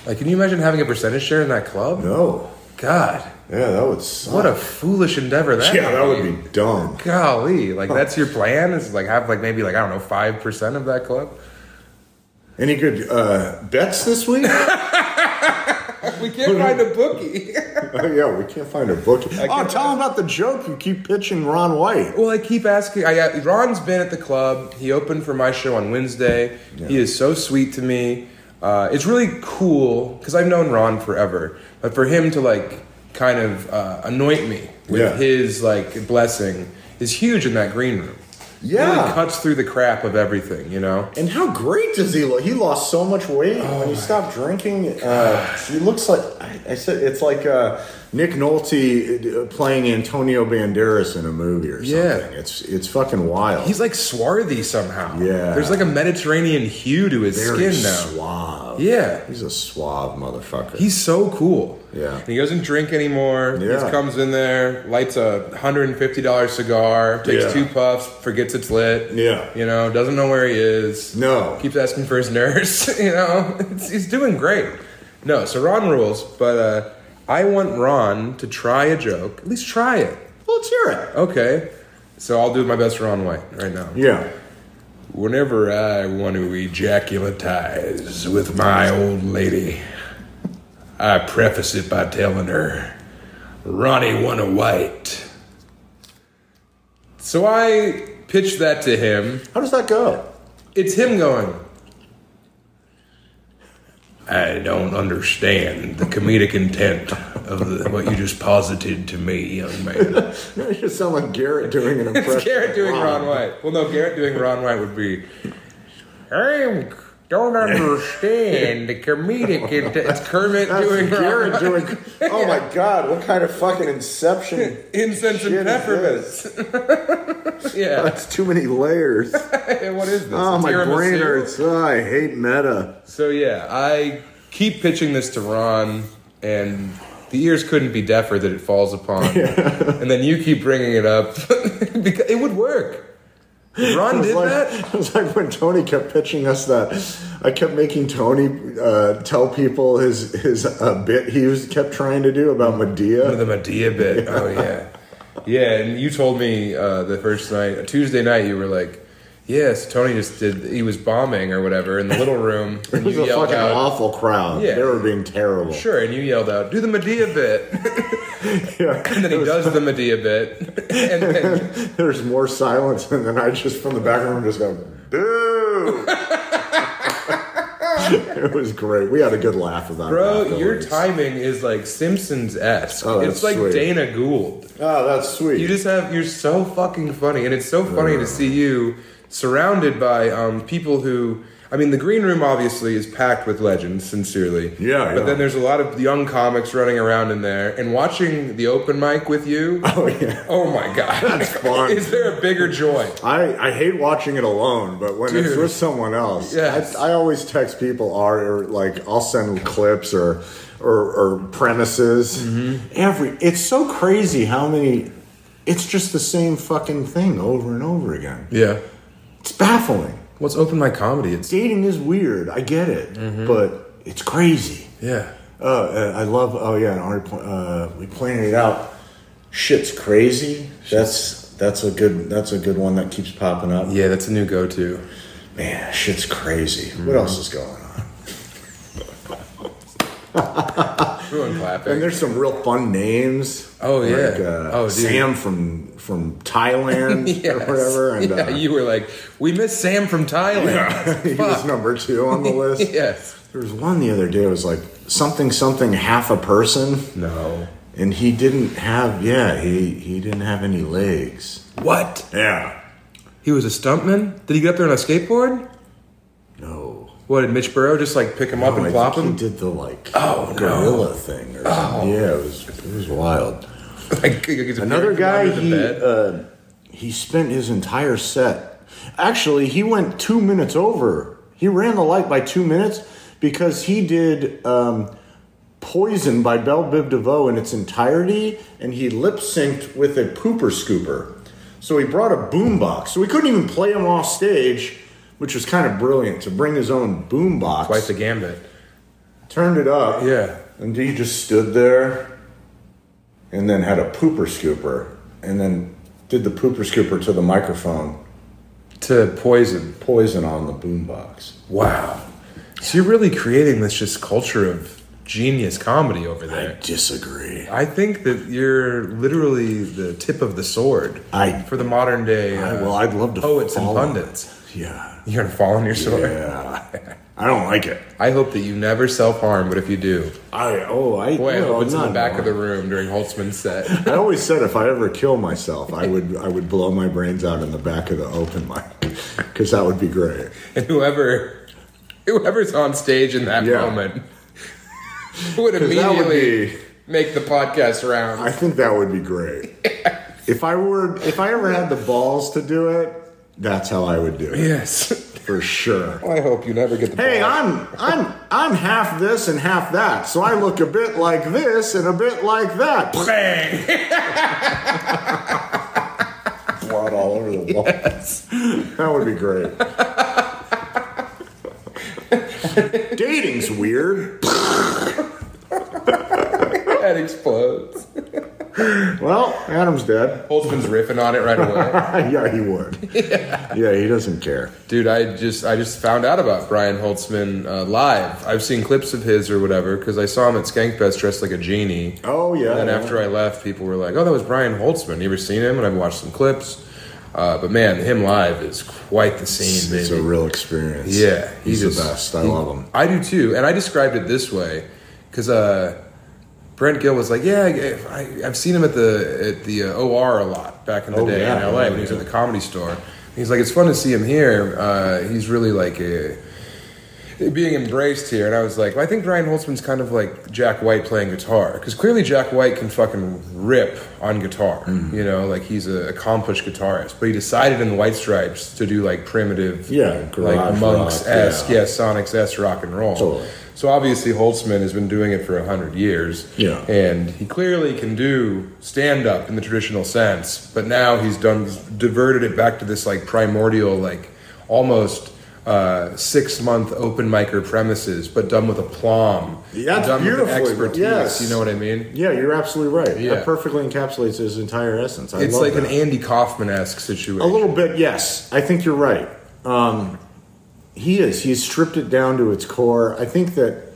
A: Like, can you imagine having a percentage share in that club?
B: No,
A: God,
B: yeah, that would suck.
A: what a foolish endeavor that.
B: yeah, that would be dumb.
A: Golly, like that's your plan is like have like maybe like I don't know five percent of that club.
B: Oh, Any good uh, bets this week?
A: we can't find a bookie.
B: Oh, yeah, we can't find a book. Oh, tell him about the joke you keep pitching Ron White.
A: Well, I keep asking. I uh, Ron's been at the club. He opened for my show on Wednesday. He is so sweet to me. Uh, it's really cool because I've known Ron forever, but for him to like kind of uh, anoint me with
B: Yeah.
A: his like blessing is huge in that green room. really
B: Yeah.
A: cuts through the crap of everything. You know,
B: And how great does he look? He lost so much weight when he stopped drinking. Uh, he looks like I, I said it's like uh, Nick Nolte uh, playing Antonio Banderas in a movie or something.
A: Yeah.
B: It's it's fucking wild.
A: he's like swarthy somehow.
B: Yeah.
A: there's like a Mediterranean hue to his
B: very
A: skin now.
B: suave.
A: Yeah.
B: he's a suave motherfucker.
A: He's so cool.
B: Yeah.
A: And he doesn't drink anymore. He just
B: Yeah.
A: comes in there, lights a $150 cigar, takes
B: Yeah.
A: two puffs, forgets it's lit.
B: Yeah.
A: You know, doesn't know where he is.
B: no.
A: Keeps asking for his nurse. You know, it's, he's doing great. No, so Ron rules, but uh, I want Ron to try a joke. At least try it.
B: Let's hear it.
A: Okay. So I'll do my best Ron White right now.
B: Yeah.
A: Whenever I want to ejaculatize with my old lady, I preface it by telling her, Ronnie want a white. So I pitch that to him.
B: How does that go?
A: It's him going, I don't understand the comedic intent of the, what you just posited to me, young man.
B: You just sound like Garrett doing an impression.
A: It's Garrett
B: of
A: doing Ron White. Well, no, Garrett doing Ron White would be. I don't understand the comedic. Int- it's Kermit
B: Oh, That's
A: doing Ron
B: Garrett
A: White.
B: doing. Oh my God! What kind of fucking inception?
A: Incense
B: shit
A: and
B: is
A: peppermints. yeah.
B: That's too many layers.
A: what is this?
B: Oh,
A: A
B: my
A: tiramisu?
B: brain hurts. Oh, I hate meta.
A: So yeah, I keep pitching this to Ron, and the ears couldn't be deafer that it falls upon. And then you keep bringing it up because it would work. If Ron
B: It's
A: did
B: like,
A: that.
B: It was like when Tony kept pitching us that. I kept making Tony uh, tell people his his uh, bit he was kept trying to do about
A: With
B: Medea.
A: the Medea bit. Oh yeah, yeah. And you told me uh, the first night, Tuesday night, you were like, "Yes, Tony just did. He was bombing or whatever in the little room."
B: It
A: And
B: was
A: you
B: a
A: yelled
B: fucking
A: out,
B: awful crowd.
A: Yeah.
B: They were being terrible.
A: "Sure!" And you yelled out, "Do the Medea bit,"
B: Yeah.
A: and then he does the Medea bit, and then
B: There's more silence, and then I just from the back room just go, boo! it was great. We had a good laugh about it.
A: bro, your
B: afterwards.
A: timing is like Simpsons esque.
B: Oh, that's
A: it's like
B: sweet.
A: Dana Gould.
B: Oh, that's sweet.
A: You just have you're so fucking funny, and it's so funny to see you surrounded by um, people who. I mean, the green room obviously is packed with legends, sincerely.
B: Yeah,
A: But
B: yeah.
A: then there's a lot of young comics running around in there, and watching the open mic with you.
B: oh yeah.
A: oh my god,
B: That's fun.
A: is there a bigger joy?
B: I, I hate watching it alone, but when it's
A: Dude.
B: with someone else,
A: Yes.
B: I, I always text people or, or like I'll send them clips or or, or premises.
A: Mm-hmm.
B: Every it's so crazy how many. It's just the same fucking thing over and over again.
A: Yeah.
B: It's baffling.
A: What's open mic comedy? It's
B: Dating is weird. I get it,
A: Mm-hmm.
B: but it's crazy.
A: yeah.
B: Oh, uh, I love. Oh yeah, and Ari, pl- uh, we pointed it out. Shit's crazy. That's that's a good that's a good one that keeps popping up.
A: Yeah, that's a new go-to.
B: Man, shit's crazy.
A: Mm-hmm.
B: What else is going on?
A: Everyone
B: And
A: clapping.
B: there's some real fun names.
A: Oh, yeah.
B: like, uh,
A: Oh, dude.
B: Sam from from Thailand
A: Yes.
B: or whatever. And
A: yeah,
B: uh,
A: you were like, we miss Sam from Thailand.
B: he was number two on the list.
A: yes.
B: There was one the other day. It was like something something half a person,
A: No.
B: and he didn't have yeah he he didn't have any legs.
A: What?
B: Yeah,
A: He was a stuntman? Did he get up there on a skateboard?
B: no.
A: What, did Mitch Burrow just like pick him up
B: Oh,
A: and
B: I
A: plop
B: think
A: him?
B: He did the like
A: Oh, no. Oh.
B: gorilla thing. Or something. Yeah, it was it was wild.
A: Like, he's a
B: Another
A: parent from under
B: guy
A: the
B: he
A: bed.
B: uh, he spent his entire set. Actually, he went two minutes over. He ran the light by two minutes because he did um, "Poison" by Belle Biv DeVoe in its entirety, and he lip synced with a pooper scooper. So he brought a boombox. So he couldn't even play him off stage, which was kind of brilliant to bring his own boombox.
A: Twice the gambit.
B: Turned it up.
A: Yeah.
B: And he just stood there and then had a pooper scooper and then did the pooper scooper to the microphone,
A: To poison.
B: poison on the boombox.
A: Wow. So you're really creating this just culture of genius comedy over
B: I
A: there.
B: disagree.
A: I think that you're literally the tip of the sword
B: I-
A: for the modern day.
B: I-
A: Uh,
B: well, I'd love to
A: poets and
B: follow-
A: pundits.
B: Yeah.
A: You're gonna fall on your sword.
B: Yeah. I don't like it.
A: I hope that you never self harm, but if you do,
B: I oh I
A: boy, I
B: no,
A: hope it's in the
B: not
A: back of the
B: more.
A: room during Holtzman's set.
B: I always said if I ever kill myself, I would I would blow my brains out in the back of the open mic because that would be great.
A: and whoever, whoever's on stage in that
B: Yeah.
A: moment, would
B: that would
A: immediately
B: be-
A: make the podcast round.
B: I think that would be great. If I were if I ever had the balls to do it, that's how I would do it
A: yes,
B: for sure.
A: I hope you never get the.
B: Hey,
A: ball.
B: I'm I'm I'm half this and half that, so I look a bit like this and a bit like that.
A: bang.
B: Blood all over the wall. That would be great. Dating's weird.
A: That explodes.
B: Well, Adam's dead.
A: Holtzman's riffing on it right away.
B: yeah, he would. yeah, he doesn't care.
A: Dude, I just I just found out about Brian Holtzman uh, live. I've seen clips of his or whatever because I saw him at Skankfest dressed like a genie.
B: Oh yeah.
A: and then
B: yeah.
A: after I left, people were like, "Oh, that was Brian Holtzman. You ever seen him?" And I've watched some clips. Uh, but man, him live is quite the scene,
B: It's a
A: baby.
B: real experience.
A: Yeah, he
B: he's
A: just-
B: the best. I
A: he-
B: love him.
A: I do too, and I described it this way because uh, Brent Gill was like, "Yeah, I, I, I've seen him at the at the uh, OR a lot back in the
B: Oh,
A: day
B: yeah.
A: in LA when he was at the Comedy Store." He's like, "It's fun to see him here. Uh, he's really like a." Being embraced here, and I was like, well, I think Brian Holtzman's kind of like Jack White playing guitar, because clearly Jack White can fucking rip on guitar,
B: Mm.
A: you know, like he's an accomplished guitarist. But he decided in the White Stripes to do like primitive,
B: Yeah,
A: like
B: garage
A: monks esque,
B: rock, yeah.
A: yeah, Sonic's S rock and roll.
B: Totally.
A: So obviously Holtzman has been doing it for a hundred years.
B: Yeah.
A: And he clearly can do stand up in the traditional sense, but now he's done diverted it back to this like primordial, like almost uh, six month open micer premises, but done with aplomb.
B: Yeah, that's
A: done with
B: beautifully-
A: expertise.
B: yes.
A: You know what I mean?
B: Yeah, you're absolutely right.
A: Yeah.
B: That perfectly encapsulates his entire essence. I
A: It's
B: love
A: like
B: that.
A: an Andy Kaufman esque situation.
B: A little bit, yes. I think you're right. Um, he is. He's stripped it down to its core. I think that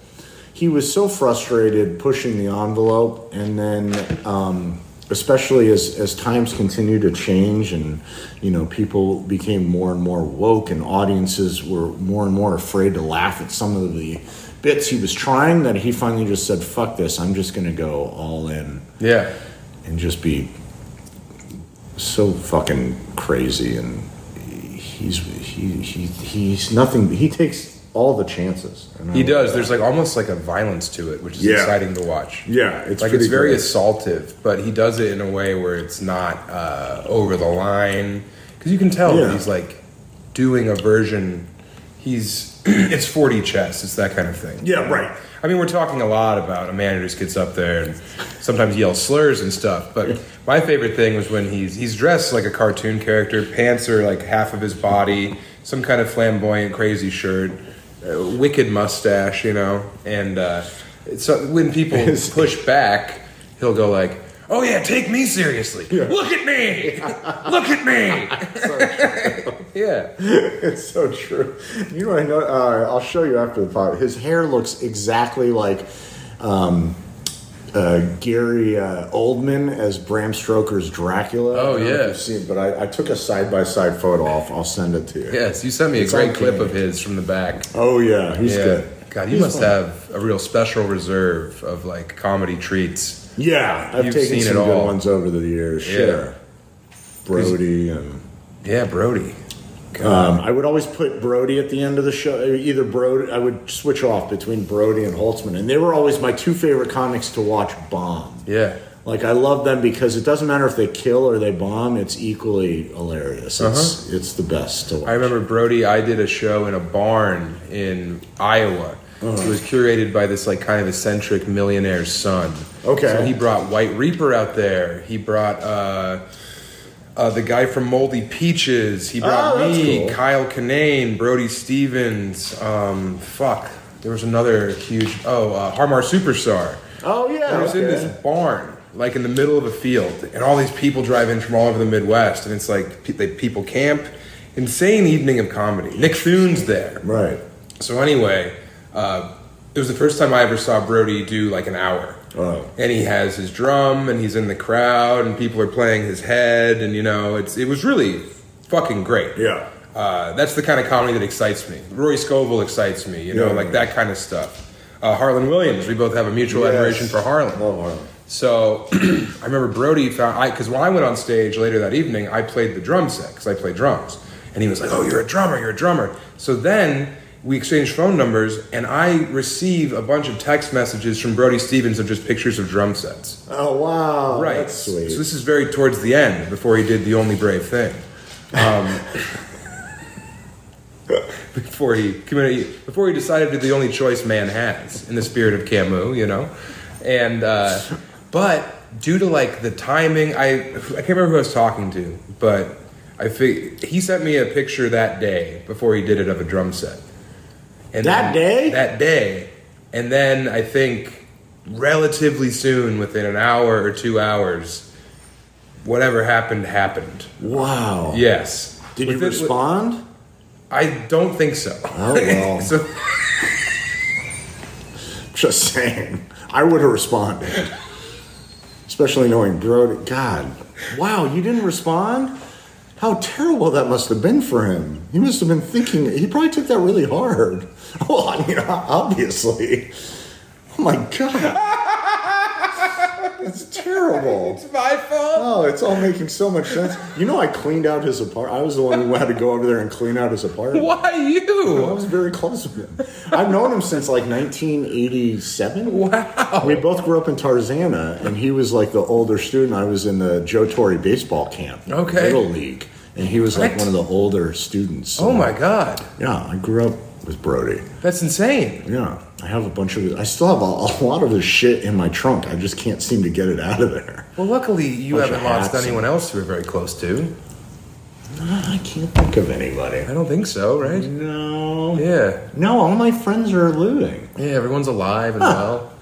B: he was so frustrated pushing the envelope, and then, um, especially as as times continue to change, and you know, people became more and more woke, and audiences were more and more afraid to laugh at some of the bits he was trying. That he finally just said, "Fuck this! I'm just going to go all in."
A: yeah.
B: and just be so fucking crazy and he's he, he he's nothing he takes all the chances and I
A: He
B: love
A: does.
B: that.
A: There's like almost like a violence to it, which is
B: Yeah.
A: exciting to watch.
B: yeah it's
A: like it's
B: pretty
A: very
B: great.
A: assaultive, but he does it in a way where it's not uh, over the line because you can tell that
B: Yeah.
A: he's like doing a version. He's it's forty chess. It's that kind of thing.
B: yeah right
A: I mean, we're talking a lot about a man who just gets up there and sometimes yells slurs and stuff. But my favorite thing was when he's he's dressed like a cartoon character. Pants are like half of his body, some kind of flamboyant, crazy shirt, uh, wicked mustache, you know. And uh, so when people push back, he'll go like. Oh yeah, take me seriously. Look at me. Look at me. yeah.
B: it's so true you know i know uh, i'll show you after the pod his hair looks exactly like um uh, Gary uh, Oldman as Bram Stoker's Dracula.
A: Oh,
B: I don't know if
A: yeah.
B: you've seen, but I, I took a side by side photo. I'll, I'll send it to you.
A: Yes, you sent me a
B: It's
A: great
B: uncanny.
A: clip of his from the back.
B: Oh yeah, he's good.
A: God, you
B: He's
A: must
B: funny.
A: have a real special reserve of like comedy treats.
B: Yeah, I've
A: You've
B: taken
A: seen
B: some
A: it
B: good
A: all.
B: ones over the years.
A: Yeah.
B: Sure, Brody and
A: Yeah, Brody.
B: um, I would always put Brody at the end of the show. Either Brody, I would switch off between Brody and Holtzman, and they were always my two favorite comics to watch bomb.
A: Yeah.
B: Like I love them because it doesn't matter if they kill or they bomb; it's equally hilarious. It's it's the best to watch.
A: Uh-huh. I remember Brody, I did a show in a barn in Iowa. It was curated by this like kind of eccentric millionaire's son.
B: Okay.
A: So he brought White Reaper out there. He brought uh uh, the guy from Moldy Peaches. He brought
B: Oh, that's
A: me,
B: cool.
A: Kyle Kinane, Brody Stevens. Um, fuck, there was another huge. Oh, uh, Harmar Superstar.
B: Oh yeah,
A: I was in
B: okay.
A: this barn, like in the middle of a field, and all these people drive in from all over the Midwest, and it's like pe- they, people camp. Insane evening of comedy. Nick Thune's there.
B: right.
A: So anyway, uh, it was the first time I ever saw Brody do like an hour.
B: Oh.
A: And he has his drum and he's in the crowd and people are playing his head and you know, it's it was really fucking great.
B: Yeah.
A: Uh, that's the kind of comedy that excites me. Roy Scovel excites me, you know,
B: Yeah.
A: like that kind of stuff. Uh, Harlan Williams, we both have a mutual admiration
B: Yes.
A: for Harlan.
B: Love Harlan.
A: So I remember Brody found I because when I went on stage later that evening, I played the drum set because I play drums, and he was like, "Oh, you're a drummer, you're a drummer." So then we exchanged phone numbers, and I receive a bunch of text messages from Brody Stevens of just pictures of drum sets.
B: Oh wow.
A: Right.
B: That's sweet.
A: So this is very towards the end before he did the only brave thing. Um, before he committed, before he decided to do the only choice man has in the spirit of Camus, you know, and uh, but due to like the timing, I I can't remember who I was talking to, but I fig- he sent me a picture that day before he did it of a drum set. And
B: That
A: then-
B: day?
A: that day, and then I think relatively soon, within an hour or two hours, whatever happened happened.
B: wow.
A: Yes.
B: Did you
A: Within-
B: respond?
A: I don't think so.
B: Oh, well.
A: so
B: Just saying. I would have responded. Especially knowing Brody. God. Wow, you didn't respond? How terrible that must have been for him. He must have been thinking, he probably took that really hard. Well, I mean, obviously. Oh my God. That's terrible.
A: it's my fault.
B: Oh, it's all making so much sense. You know, I cleaned out his apartment. I was the one who had to go over there and clean out his apartment.
A: Why
B: I
A: you?
B: was very close with him. I've known him since like 1987.
A: Wow.
B: We both grew up in Tarzana, and he was like the older student. I was in the Joe Torre baseball camp,
A: Okay.
B: little league, and he was like
A: What?
B: one of the older students.
A: Oh my god.
B: Yeah, I grew up with Brody.
A: That's insane.
B: Yeah, I have a bunch of. I still have a, a lot of his shit in my trunk. I just can't seem to get it out of there.
A: Well, luckily you
B: Bunch of
A: haven't lost
B: hats.
A: anyone else you were very close to.
B: I can't think of anybody.
A: I don't think so, right?
B: No.
A: Yeah.
B: No, all my friends are living.
A: Yeah, everyone's alive and
B: Huh.
A: well.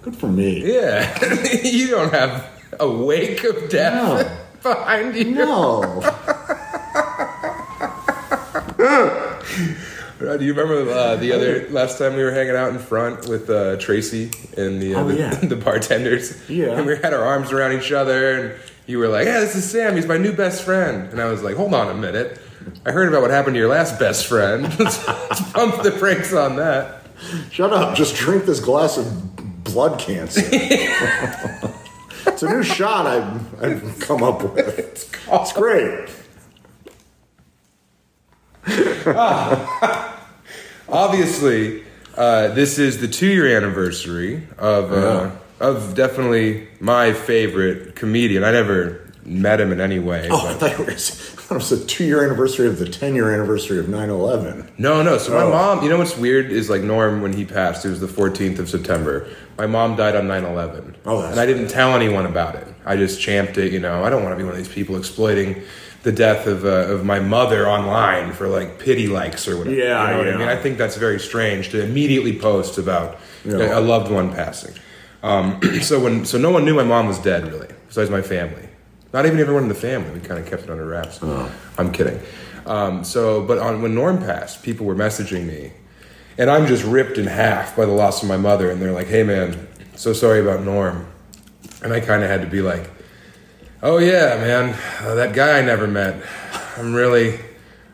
B: Good for me.
A: Yeah. you don't have a wake of death behind you.
B: No.
A: Uh, Do you remember uh, the other last time we were hanging out in front with uh, Tracy and the uh,
B: Oh,
A: the,
B: yeah.
A: the bartenders?
B: Yeah.
A: and we had our arms around each other, and you were like, "Yeah, this is Sam. He's my new best friend." And I was like, "Hold on a minute. I heard about what happened to your last best friend. let's, let's pump the brakes on that."
B: Shut up. Just drink this glass of blood cancer. it's a new shot I've, I've come up with.
A: It's called-
B: It's great.
A: Obviously, uh, this is the two-year anniversary of uh, of definitely my favorite comedian. I never met him in any way.
B: Oh, I thought it was, I thought it was the two year anniversary of the 10 year anniversary of 9 11.
A: No, no. So my
B: Oh.
A: mom, you know what's weird is like Norm when he passed, it was the 14th of September. My mom died on 9/11.
B: Oh, that's
A: and I didn't tell anyone about it. I just champed it, you know. I don't want to be one of these people exploiting the death of uh, of my mother online for like pity likes or whatever.
B: Yeah,
A: you know what I
B: yeah.
A: mean, I think that's very strange to immediately post about
B: Yeah.
A: a loved one passing. Um, so when so no one knew my mom was dead really, besides my family. Not even everyone in the family. We kind of kept it under wraps. I'm kidding. Um, so, but on when Norm passed, people were messaging me, and I'm just ripped in half by the loss of my mother. And they're like, "Hey, man, so sorry about Norm." And I kind of had to be like, "Oh yeah, man, uh, that guy I never met. I'm really,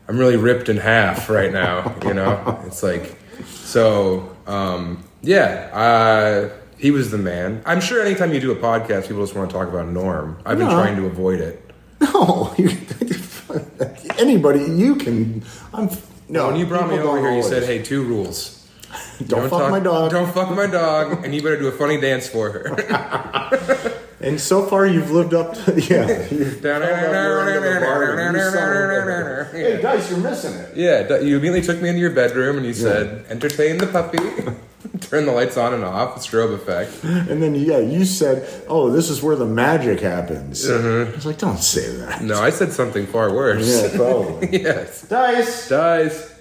A: I'm really ripped in half right now. You know, it's like, so um, yeah. Uh, he was the man. I'm sure anytime you do a podcast, people just want to talk about Norm. I've been
B: No.
A: trying to avoid it.
B: No. You, anybody, you can. I'm. No,
A: when you brought me
B: people
A: over
B: don't
A: here, you
B: always-
A: said, "Hey, two rules."
B: don't, fuck my dog.
A: Don't fuck my dog, and you better do a funny dance for her.
B: And so far, you've lived up to. Yeah. you've held up your end of the bargain. You son of a- Hey, guys, you're missing it.
A: yeah, d- you immediately took me into your bedroom and you said, "Entertain the puppy, turn the lights on and off, the strobe effect."
B: And then yeah, you said, "Oh, this is where the magic happens." I was like, "Don't say that."
A: No, I said something far worse.
B: Yeah, probably.
A: yes,
B: Dice,
A: dies.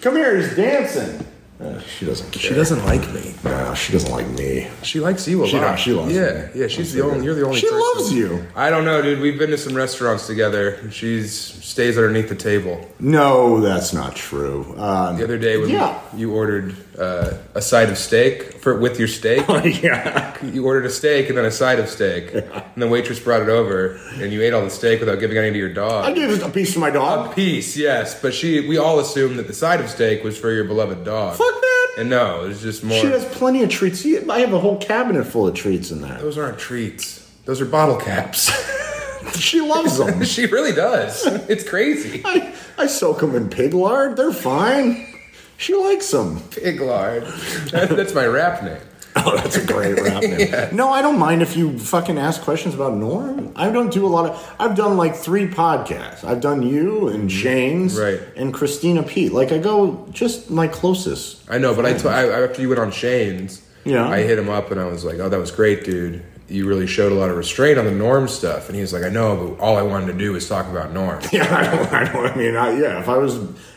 B: come here. He's dancing. Uh, she doesn't care.
A: She doesn't like me.
B: No, she doesn't like me.
A: She likes you a
B: She
A: lot.
B: does, she loves
A: yeah,
B: me.
A: yeah. She's the only. You're the only.
B: She
A: person.
B: loves you.
A: I don't know, dude. We've been to some restaurants together. and She stays underneath the table.
B: No, that's not true. Um,
A: The other day when
B: Yeah.
A: you ordered uh, a side of steak for with your steak,
B: yeah.
A: you ordered a steak and then a side of steak, and the waitress brought it over, and you ate all the steak without giving any to your
B: I
A: dog.
B: gave a piece to my dog.
A: Peace, yes, but she. We all assumed that the side of steak was for your beloved dog.
B: Fuck that.
A: And no, it was just more.
B: She has plenty of treats. See, I have a whole cabinet full of treats in there.
A: Those aren't treats. Those are bottle caps.
B: She loves them.
A: she really does. It's crazy.
B: I, I soak them in pig lard. They're fine. She likes them.
A: Piglard. That, that's my rap name.
B: Oh, that's a great rap name. No, I don't mind if you fucking ask questions about Norm. I don't do a lot of. I've done like three podcasts. I've done you and James
A: Mm-hmm. Right.
B: and Christina Pete. Like I go just my closest.
A: I know, but I, t- I after you went on Shane's,
B: Yeah.
A: I hit him up and I was like, "Oh, that was great, dude. You really showed a lot of restraint on the Norm stuff." And he was like, "I know, but all I wanted to do was talk about Norm."
B: Yeah, I don't. I, don't, I mean, I, yeah. If I was,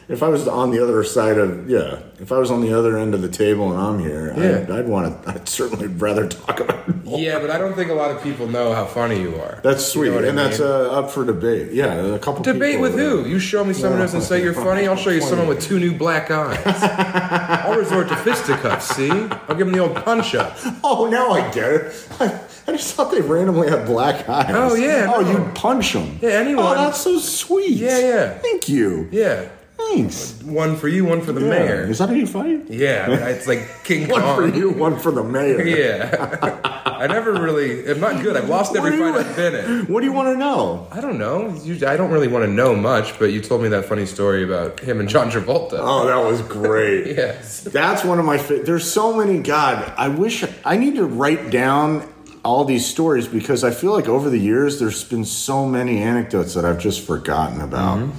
B: if I was on the other side of, yeah, if I was on the other end of the table and I'm here, I'd,
A: Yeah.
B: I'd want to. I'd certainly rather talk about.
A: yeah, but I don't think a lot of people know how funny you are.
B: That's sweet,
A: what I
B: and that's
A: mean?
B: uh, up for debate. Yeah, a couple
A: Debate
B: people-
A: with who? You show me someone else and say you're funny. I'll show you someone with two new black eyes. I'll resort to fisticuffs. See, I'll give him the old punch up.
B: Oh, now I get it. I, I just thought they randomly had black eyes.
A: Oh, yeah,
B: Oh,
A: no.
B: you'd punch them.
A: Yeah, anyone.
B: Oh, that's so sweet.
A: Yeah, yeah.
B: Thank you.
A: Yeah,
B: Thanks.
A: one for you, one for the
B: Yeah.
A: mayor.
B: Is that how you fight?
A: Yeah, it's like King
B: One
A: Kong.
B: for you, one for the mayor.
A: Yeah. I never really. I'm not good. I've lost
B: What
A: every
B: do you-
A: fight I've been in.
B: What do you want to know?
A: I don't know. You, I don't really want to know much, but you told me that funny story about him and John Travolta.
B: Oh, that was great.
A: Yes.
B: That's one of my favorite. There's so many. God, I wish I need to write down all these stories because I feel like over the years there's been so many anecdotes that I've just forgotten about.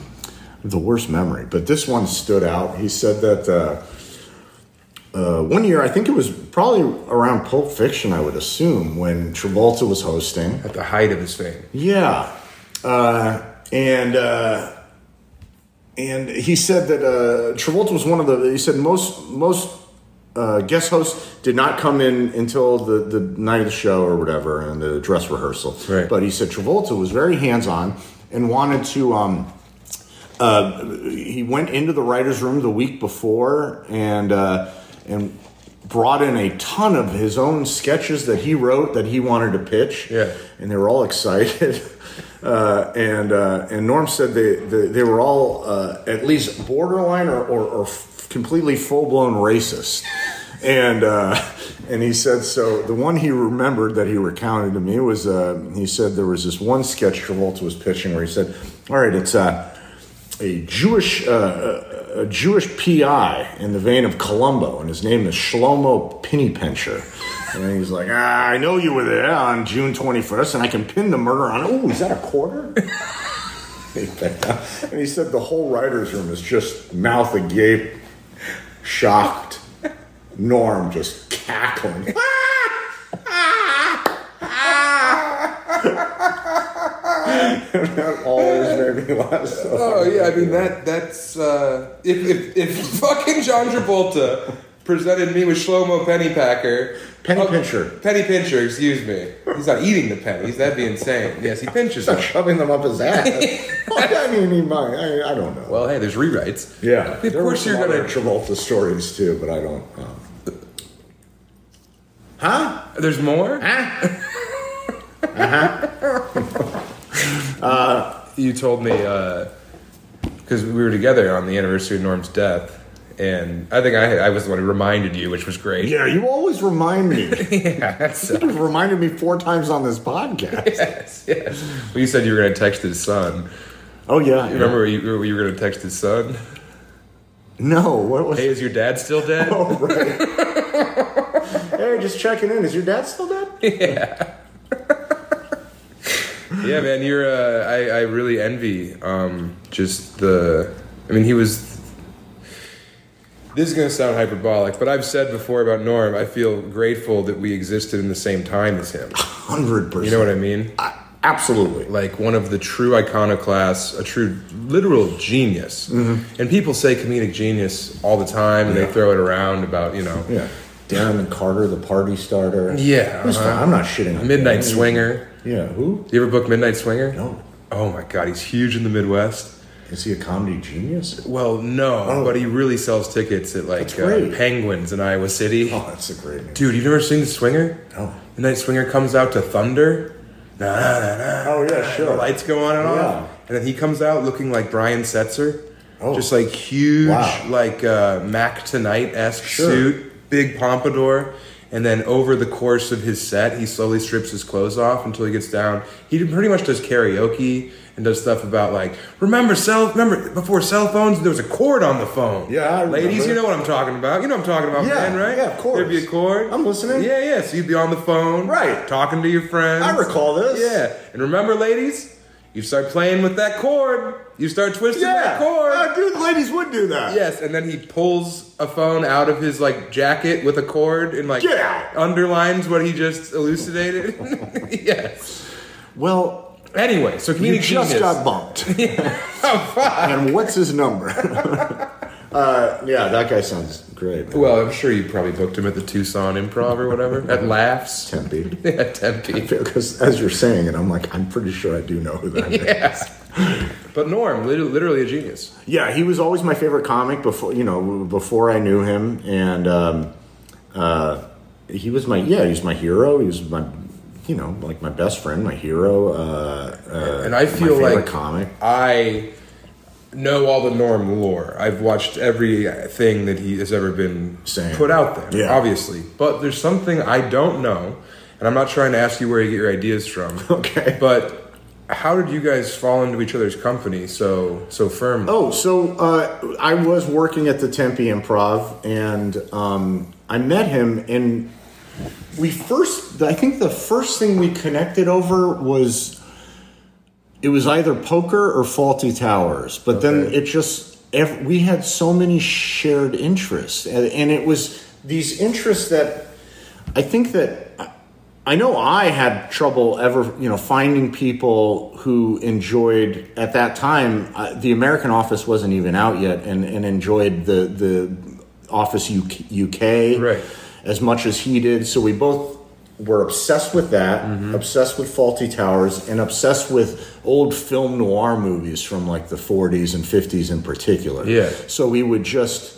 B: The worst memory, but this one stood out. He said that uh, uh, one year, I think it was probably around Pulp Fiction, I would assume, when Travolta was hosting.
A: At the height of his fame.
B: Yeah, uh, and uh, and he said that uh, Travolta was one of the. He said most most uh, guest hosts did not come in until the the night of the show or whatever and the dress rehearsal.
A: Right.
B: But he said Travolta was very hands on and wanted to. Um, he went into the writers' room the week before and uh, and brought in a ton of his own sketches that he wrote that he wanted to pitch.
A: Yeah.
B: and they were all excited. Uh, and uh, and Norm said they they, they were all uh, at least borderline or, or, or f- completely full blown racist. And uh, and he said so. The one he remembered that he recounted to me was uh, he said there was this one sketch Travolta was pitching where he said, "All right, it's uh, a Jewish uh, a- a Jewish PI in the vein of Columbo, and his name is Shlomo Pennypencher. And he's like, ah, I know you were there on June 21st, and I can pin the murder on. Oh, is that a quarter? He picked up- and he said the whole writers' room is just mouth agape, shocked. Norm just cackling.
A: Ah!
B: that always made me laugh. So
A: Oh yeah, I mean that. That's uh, if, if if fucking John Travolta presented me with Shlomo Pennypacker,
B: Penny
A: Oh,
B: pincher.
A: Penny Pincher. Excuse me. He's not eating the pennies. That'd be insane. Yes, he pinches them.
B: shoving them up his ass. I mean, he might. I, I don't know.
A: Well, hey, there's rewrites.
B: yeah,
A: Of course you're gonna.
B: Travolta stories too, but I don't. Um, huh?
A: There's more.
B: Uh-huh.
A: Uh, you told me because we were together on the anniversary of Norm's death, and I think I, I was the one who reminded you, which was great.
B: Yeah, you always remind me.
A: Yeah, so-
B: You've reminded me four times on this podcast.
A: yes, yes. Well, you said you were going to text his son.
B: Oh yeah,
A: You remember you, you were going to text his son?
B: No, what was?
A: Hey, is your dad still dead?
B: Oh, right. hey, just checking in. Is your dad still dead?
A: Yeah, man, you're. Uh, I I really envy um, just the. I mean, he was. This is gonna sound hyperbolic, but I've said before about Norm. I feel grateful that we existed in the same time as him.
B: Hundred percent.
A: You know what I mean?
B: I, Absolutely.
A: like one of the true iconoclasts, a true literal genius.
B: Mm-hmm.
A: And people say comedic genius all the time, and they throw it around about you know,
B: Yeah. Darren Carter, the party starter.
A: Yeah,
B: It was fun.
A: uh-huh.
B: I'm not shitting on
A: Midnight
B: Darren.
A: Swinger.
B: Yeah. Who?
A: You ever book Midnight Swinger?
B: No.
A: Oh my God, he's huge in the Midwest.
B: Is he a comedy genius?
A: Well, no,
B: Oh.
A: but he really sells tickets at like
B: That's
A: uh,
B: great.
A: Penguins in Iowa City.
B: Oh, that's a great name.
A: Dude, you've never seen the Swinger?
B: No.
A: Midnight Swinger comes out to Thunder. Na, na, na, na.
B: Oh, yeah,
A: The
B: sure.
A: lights go on and
B: Yeah.
A: off, and then he comes out looking like Brian Setzer,
B: Oh.
A: just like huge,
B: Wow.
A: like uh, Mac Tonight esque
B: Sure.
A: suit, big pompadour, and then over the course of his set, he slowly strips his clothes off until he gets down. He pretty much does karaoke and does stuff about like remember cell remember before cell phones there was a cord on the phone.
B: Yeah, I
A: ladies,
B: remember.
A: you know what I'm talking about. You know what I'm talking about,
B: Yeah,
A: man, right?
B: yeah, of course.
A: There'd be a cord.
B: I'm listening.
A: Yeah, yeah. So you'd be on the phone,
B: Right.
A: talking to your friends.
B: I recall this.
A: Yeah, and remember, ladies, you start playing with that chord. You start twisting
B: Yeah.
A: that chord.
B: Oh, dude, ladies would do that.
A: Yes, and then he pulls a phone out of his like jacket with a cord and like
B: Get out.
A: underlines what he just elucidated. yes.
B: Well,
A: Anyway, so
B: you
A: comedic
B: just
A: genius.
B: got bumped.
A: Oh, fuck.
B: and what's his number? uh, yeah, that guy sounds great. man.
A: Well, I'm sure you probably booked him at the Tucson Improv or whatever at Laughs.
B: Tempe.
A: Yeah, Tempe.
B: Because as you're saying it, I'm like, I'm pretty sure I do know who that is.
A: Yes. But Norm, lit- literally a genius.
B: Yeah, he was always my favorite comic before you know before I knew him, and um, uh, he was my yeah he was my hero. He was my you know like my best friend, my hero. Uh, uh,
A: And I
B: my
A: feel
B: favorite
A: like
B: comic.
A: I know all the Norm lore. I've watched every thing that he has ever been
B: Same.
A: put out there,
B: Yeah.
A: obviously. But there's something I don't know, and I'm not trying to ask you where you get your ideas from.
B: Okay.
A: But how did you guys fall into each other's company so so firmly?
B: Oh, so uh, I was working at the Tempe Improv, and um, I met him, and we first. I think the first thing we connected over was it was either poker or Faulty Towers, but then it just ev- we had so many shared interests, and, and it was these interests that I think that I know I had trouble ever, you know, finding people who enjoyed at that time. Uh, the American Office wasn't even out yet, and, and enjoyed the the Office UK, UK
A: Right.
B: as much as he did. So we both were obsessed with that,
A: Mm-hmm.
B: obsessed with Faulty Towers, and obsessed with old film noir movies from like the 40s and 50s in particular.
A: Yeah.
B: So we would just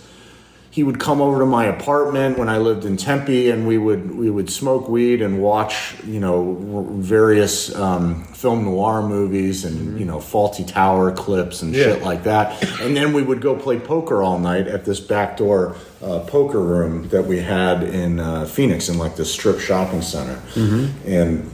B: he would come over to my apartment when I lived in Tempe, and we would we would smoke weed and watch you know r- various um, film noir movies and you know Faulty Tower clips and shit
A: Mm-hmm. Yeah.
B: like that. And then we would go play poker all night at this backdoor uh, poker room that we had in uh, Phoenix in like the strip shopping center.
A: Mm-hmm.
B: And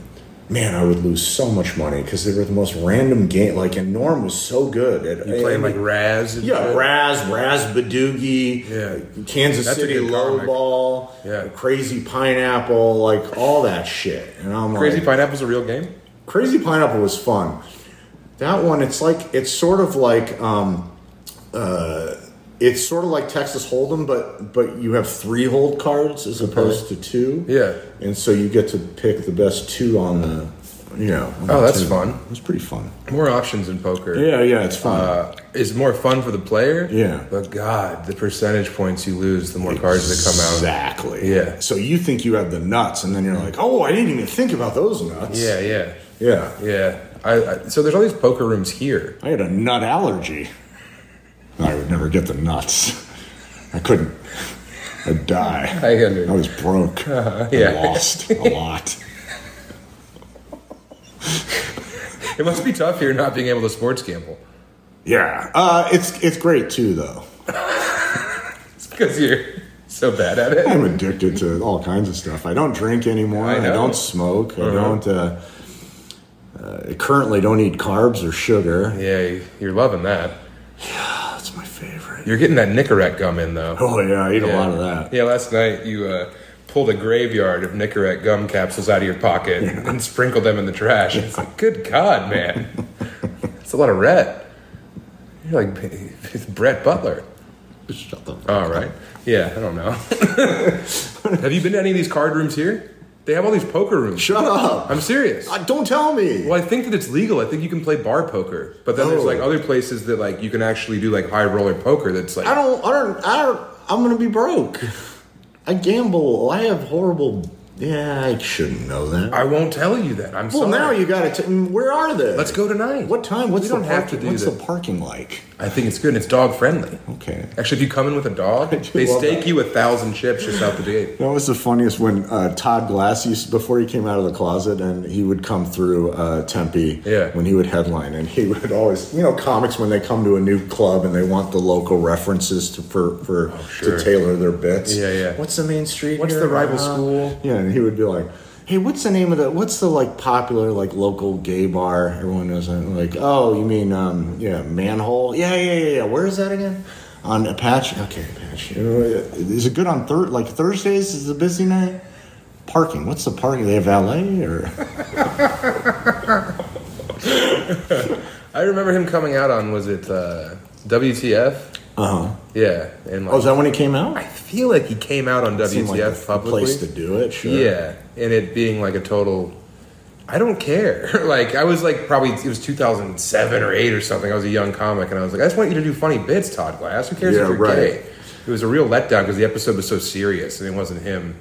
B: man, I would lose so much money because they were the most random game. Like and Norm was so good at
A: you playing like Raz? And
B: yeah,
A: shit?
B: Raz, Raz Badoogie,
A: Yeah.
B: Kansas
A: That's a
B: City
A: good comic.
B: Lowball,
A: Yeah.
B: Crazy Pineapple, like all that shit. And I'm
A: Crazy
B: like,
A: Pineapple's a real game.
B: Crazy Pineapple was fun. That one, it's like it's sort of like um, uh, it's sort of like Texas Hold'em, but but you have three hold cards as opposed to two.
A: Yeah.
B: and so you get to pick the best two on the, you know. on
A: Oh,
B: the
A: that's
B: table.
A: fun.
B: It was pretty fun.
A: More options in poker.
B: Yeah, yeah, it's fun.
A: Uh, is more fun for the player.
B: Yeah.
A: But God, the percentage points you lose, the more cards that come out.
B: Exactly.
A: Yeah.
B: So you think you have the nuts, and then you're like, oh, I didn't even think about those nuts.
A: Yeah, yeah,
B: Yeah.
A: yeah. I, I, so there's all these poker rooms here.
B: I had a nut allergy. I would never get the nuts. I couldn't. I'd die.
A: I under-
B: I was broke.
A: Uh-huh. yeah.
B: I lost a lot.
A: It must be tough here not being able to sports gamble.
B: Yeah. Uh, it's it's great too, though.
A: It's because you're so bad at it.
B: I'm addicted to all kinds of stuff. I don't drink anymore.
A: I
B: I,
A: know. Uh-huh.
B: don't smoke. I don't. Uh, uh, I currently don't eat carbs or sugar.
A: Yeah, you're loving that.
B: That's my favorite.
A: You're getting that Nicorette gum in though.
B: Oh yeah, I eat
A: yeah.
B: a lot of that.
A: Yeah, last night you uh, pulled a graveyard of Nicorette gum capsules out of your pocket and sprinkled them in the trash. It's like, good God, man, it's a lot of red. You're like it's Brett Butler.
B: Shut the fuck
A: All right. Yeah, I don't know. Have you been to any of these card rooms here? They have all these poker rooms.
B: Shut up.
A: I'm serious.
B: Uh, don't tell me.
A: Well, I think that it's legal. I think you can play bar poker, but then there's
B: Oh.
A: like other places that like you can actually do like high roller poker. That's like
B: I don't. I don't. I don't. I'm gonna be broke. I gamble. I have horrible. Yeah, I shouldn't know that.
A: I won't tell you that. I'm
B: well,
A: sorry.
B: now you got to. Where are they?
A: Let's go tonight.
B: What time? What's
A: We
B: the
A: don't have
B: parking-
A: to do
B: What's
A: that.
B: the parking like?
A: I think it's good. and It's dog friendly.
B: Okay.
A: Actually, if you come in with a dog,
B: I do
A: they
B: love
A: stake
B: that.
A: you a thousand chips just out the gate.
B: That was the funniest when uh, Todd Glass used before he came out of the closet, and he would come through uh, Tempe
A: Yeah.
B: when he would headline, and he would always, you know, comics when they come to a new club and they want the local references to for for
A: Oh, sure.
B: to tailor their bits.
A: Yeah, yeah.
B: What's the main street?
A: What's
B: here?
A: the rival
B: Uh-huh.
A: school?
B: Yeah, and he would be like. Hey, what's the name of the? What's the like popular like local gay bar? Everyone knows. that. Like, oh, you mean um, yeah, manhole? Yeah, yeah, yeah, yeah. Where is that again? On Apache. Okay, Apache. Uh, Is it good on third? Like Thursdays is a busy night. Parking. What's the parking? They have valet or?
A: I remember him coming out on was it uh, WTF?
B: Uh huh.
A: Yeah, and like,
B: Oh, is that when it came out?
A: Uh-huh. I feel like he came out on
B: Seemed
A: WTF
B: like the
A: publicly.
B: place to do it. Sure.
A: Yeah, and it being like a total. I don't care. like I was like probably it was 2007 or eight or something. I was a young comic, and I was like, I just want you to do funny bits, Todd Glass. Who cares
B: Yeah,
A: if you're
B: right.
A: gay? It was a real letdown because the episode was so serious, and it wasn't him.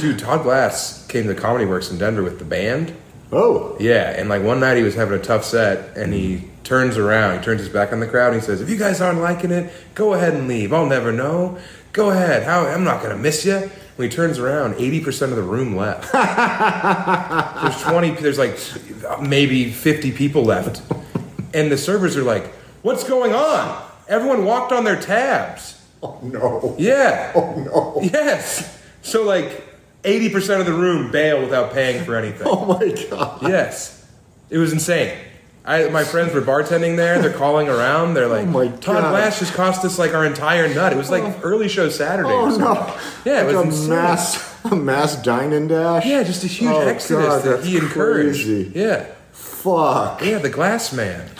A: Dude, Todd Glass came to Comedy Works in Denver with the band.
B: Oh.
A: Yeah, and like one night he was having a tough set, and he turns around, he turns his back on the crowd, and he says, "If you guys aren't liking it, go ahead and leave. I'll never know. Go ahead. How I'm not gonna miss you." When he turns around, eighty percent of the room left. there's twenty. There's like maybe fifty people left, and the servers are like, "What's going on? Everyone walked on their tabs."
B: Oh no.
A: Yeah.
B: Oh no.
A: Yes. So like eighty percent of the room bail without paying for anything.
B: Oh my god.
A: Yes, it was insane. I, my friends were bartending there. They're calling around. They're like,
B: Oh my
A: Todd
B: God.
A: Glass just cost us like our entire nut. It was like early show Saturday. or
B: Oh
A: something.
B: no.
A: Yeah, it
B: like
A: was
B: a
A: insane.
B: mass a mass dine and dash.
A: Yeah, just a huge
B: Oh,
A: exodus
B: God,
A: that
B: that's
A: he encouraged.
B: crazy.
A: Yeah,
B: Fuck.
A: yeah, the Glass Man.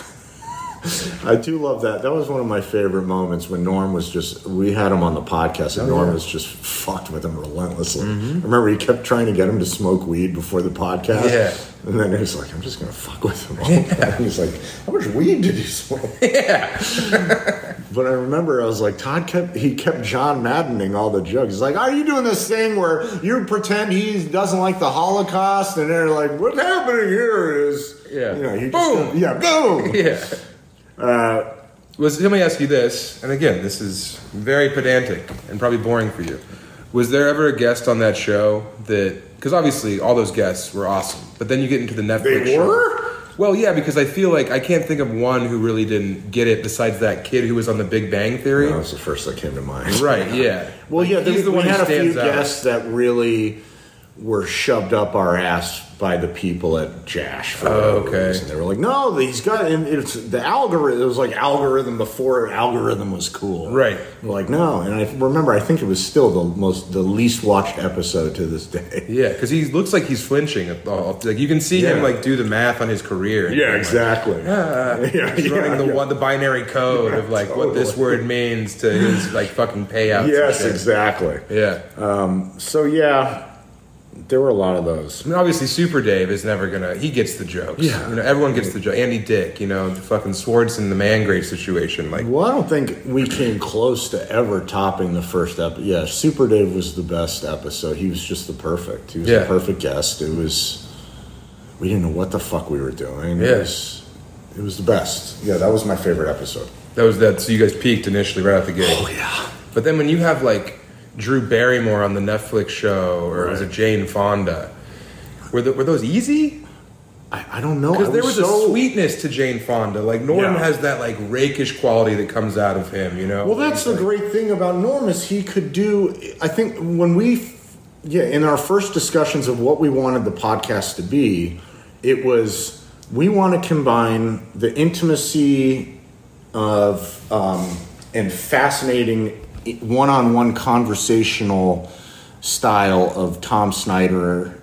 B: I do love that. That was one of my favorite moments when Norm was just. We had him on the podcast,
A: Oh,
B: and Norm was just fucked with him relentlessly.
A: Mm-hmm.
B: I remember he kept trying to get him to smoke weed before the podcast.
A: Yeah.
B: and then he was like, "I'm just gonna fuck with him." All yeah. and he's like, "How much weed did you smoke?"
A: Yeah,
B: But I remember I was like, Todd kept he kept John Maddening all the jokes. He's like, Are you doing this thing where you pretend he doesn't like the Holocaust? And they're like, What's happening here is
A: Yeah.
B: You know, he
A: Boom.
B: Just, yeah, boom.
A: yeah.
B: Uh,
A: Was let me ask you this, and again, this is very pedantic and probably boring for you. Was there ever a guest on that show that? Because obviously, all those guests were awesome, but then you get into the Netflix.
B: They
A: show.
B: were?
A: Well, yeah, because I feel like I can't think of one who really didn't get it besides that kid who was on The Big Bang Theory.
B: that was the first that came to mind.
A: Right? Yeah.
B: Well,
A: Like,
B: yeah, there,
A: he's the
B: we
A: one
B: had
A: who
B: a few
A: stands out.
B: guests that really were shoved up our ass by the people at Jash for
A: Oh,
B: whatever
A: okay.
B: reason. They were like, "No, he's got and it's the algorithm." It was like algorithm before algorithm was cool,
A: Right.
B: We're like, no, and I remember I think it was still the most the least watched episode to this day.
A: Yeah, because he looks like he's flinching. At all. Like you can see him
B: Yeah.
A: like do the math on his career. and being like,
B: exactly. yeah,
A: He's running the
B: yeah.
A: one, the binary code of like what this word means to his like fucking payouts.
B: Yes,
A: and shit.
B: exactly.
A: Yeah.
B: So yeah, there were a lot of those.
A: I mean, obviously, Super Dave is never gonna. He gets the jokes.
B: Yeah.
A: You know, everyone gets the joke. Andy Dick. You know, the fucking Swords and the man grave situation. Like,
B: Well, I don't think we came close to ever topping the first episode. Yeah, Super Dave was the best episode. He was just the perfect. He was
A: Yeah.
B: the perfect guest. It was. We didn't know what the fuck we were doing.
A: Yeah.
B: It was, it was the best. Yeah, that was my favorite episode.
A: that was that. So you guys peaked initially right out the gate.
B: Oh, yeah.
A: But then when you have like Drew Barrymore on the Netflix show, or was it
B: Right.
A: Jane Fonda? Were, the, were those easy?
B: I, I don't know.
A: Because
B: I
A: there was
B: so-
A: a sweetness to Jane Fonda. Like Norm
B: Yeah.
A: has that like rakish quality that comes out of him. You know.
B: Well, that's the
A: Like,
B: great thing about Norm is he could do. I think when we, f- yeah, in our first discussions of what we wanted the podcast to be, it was we want to combine the intimacy of um, and fascinating one-on-one conversational style of Tom Snyder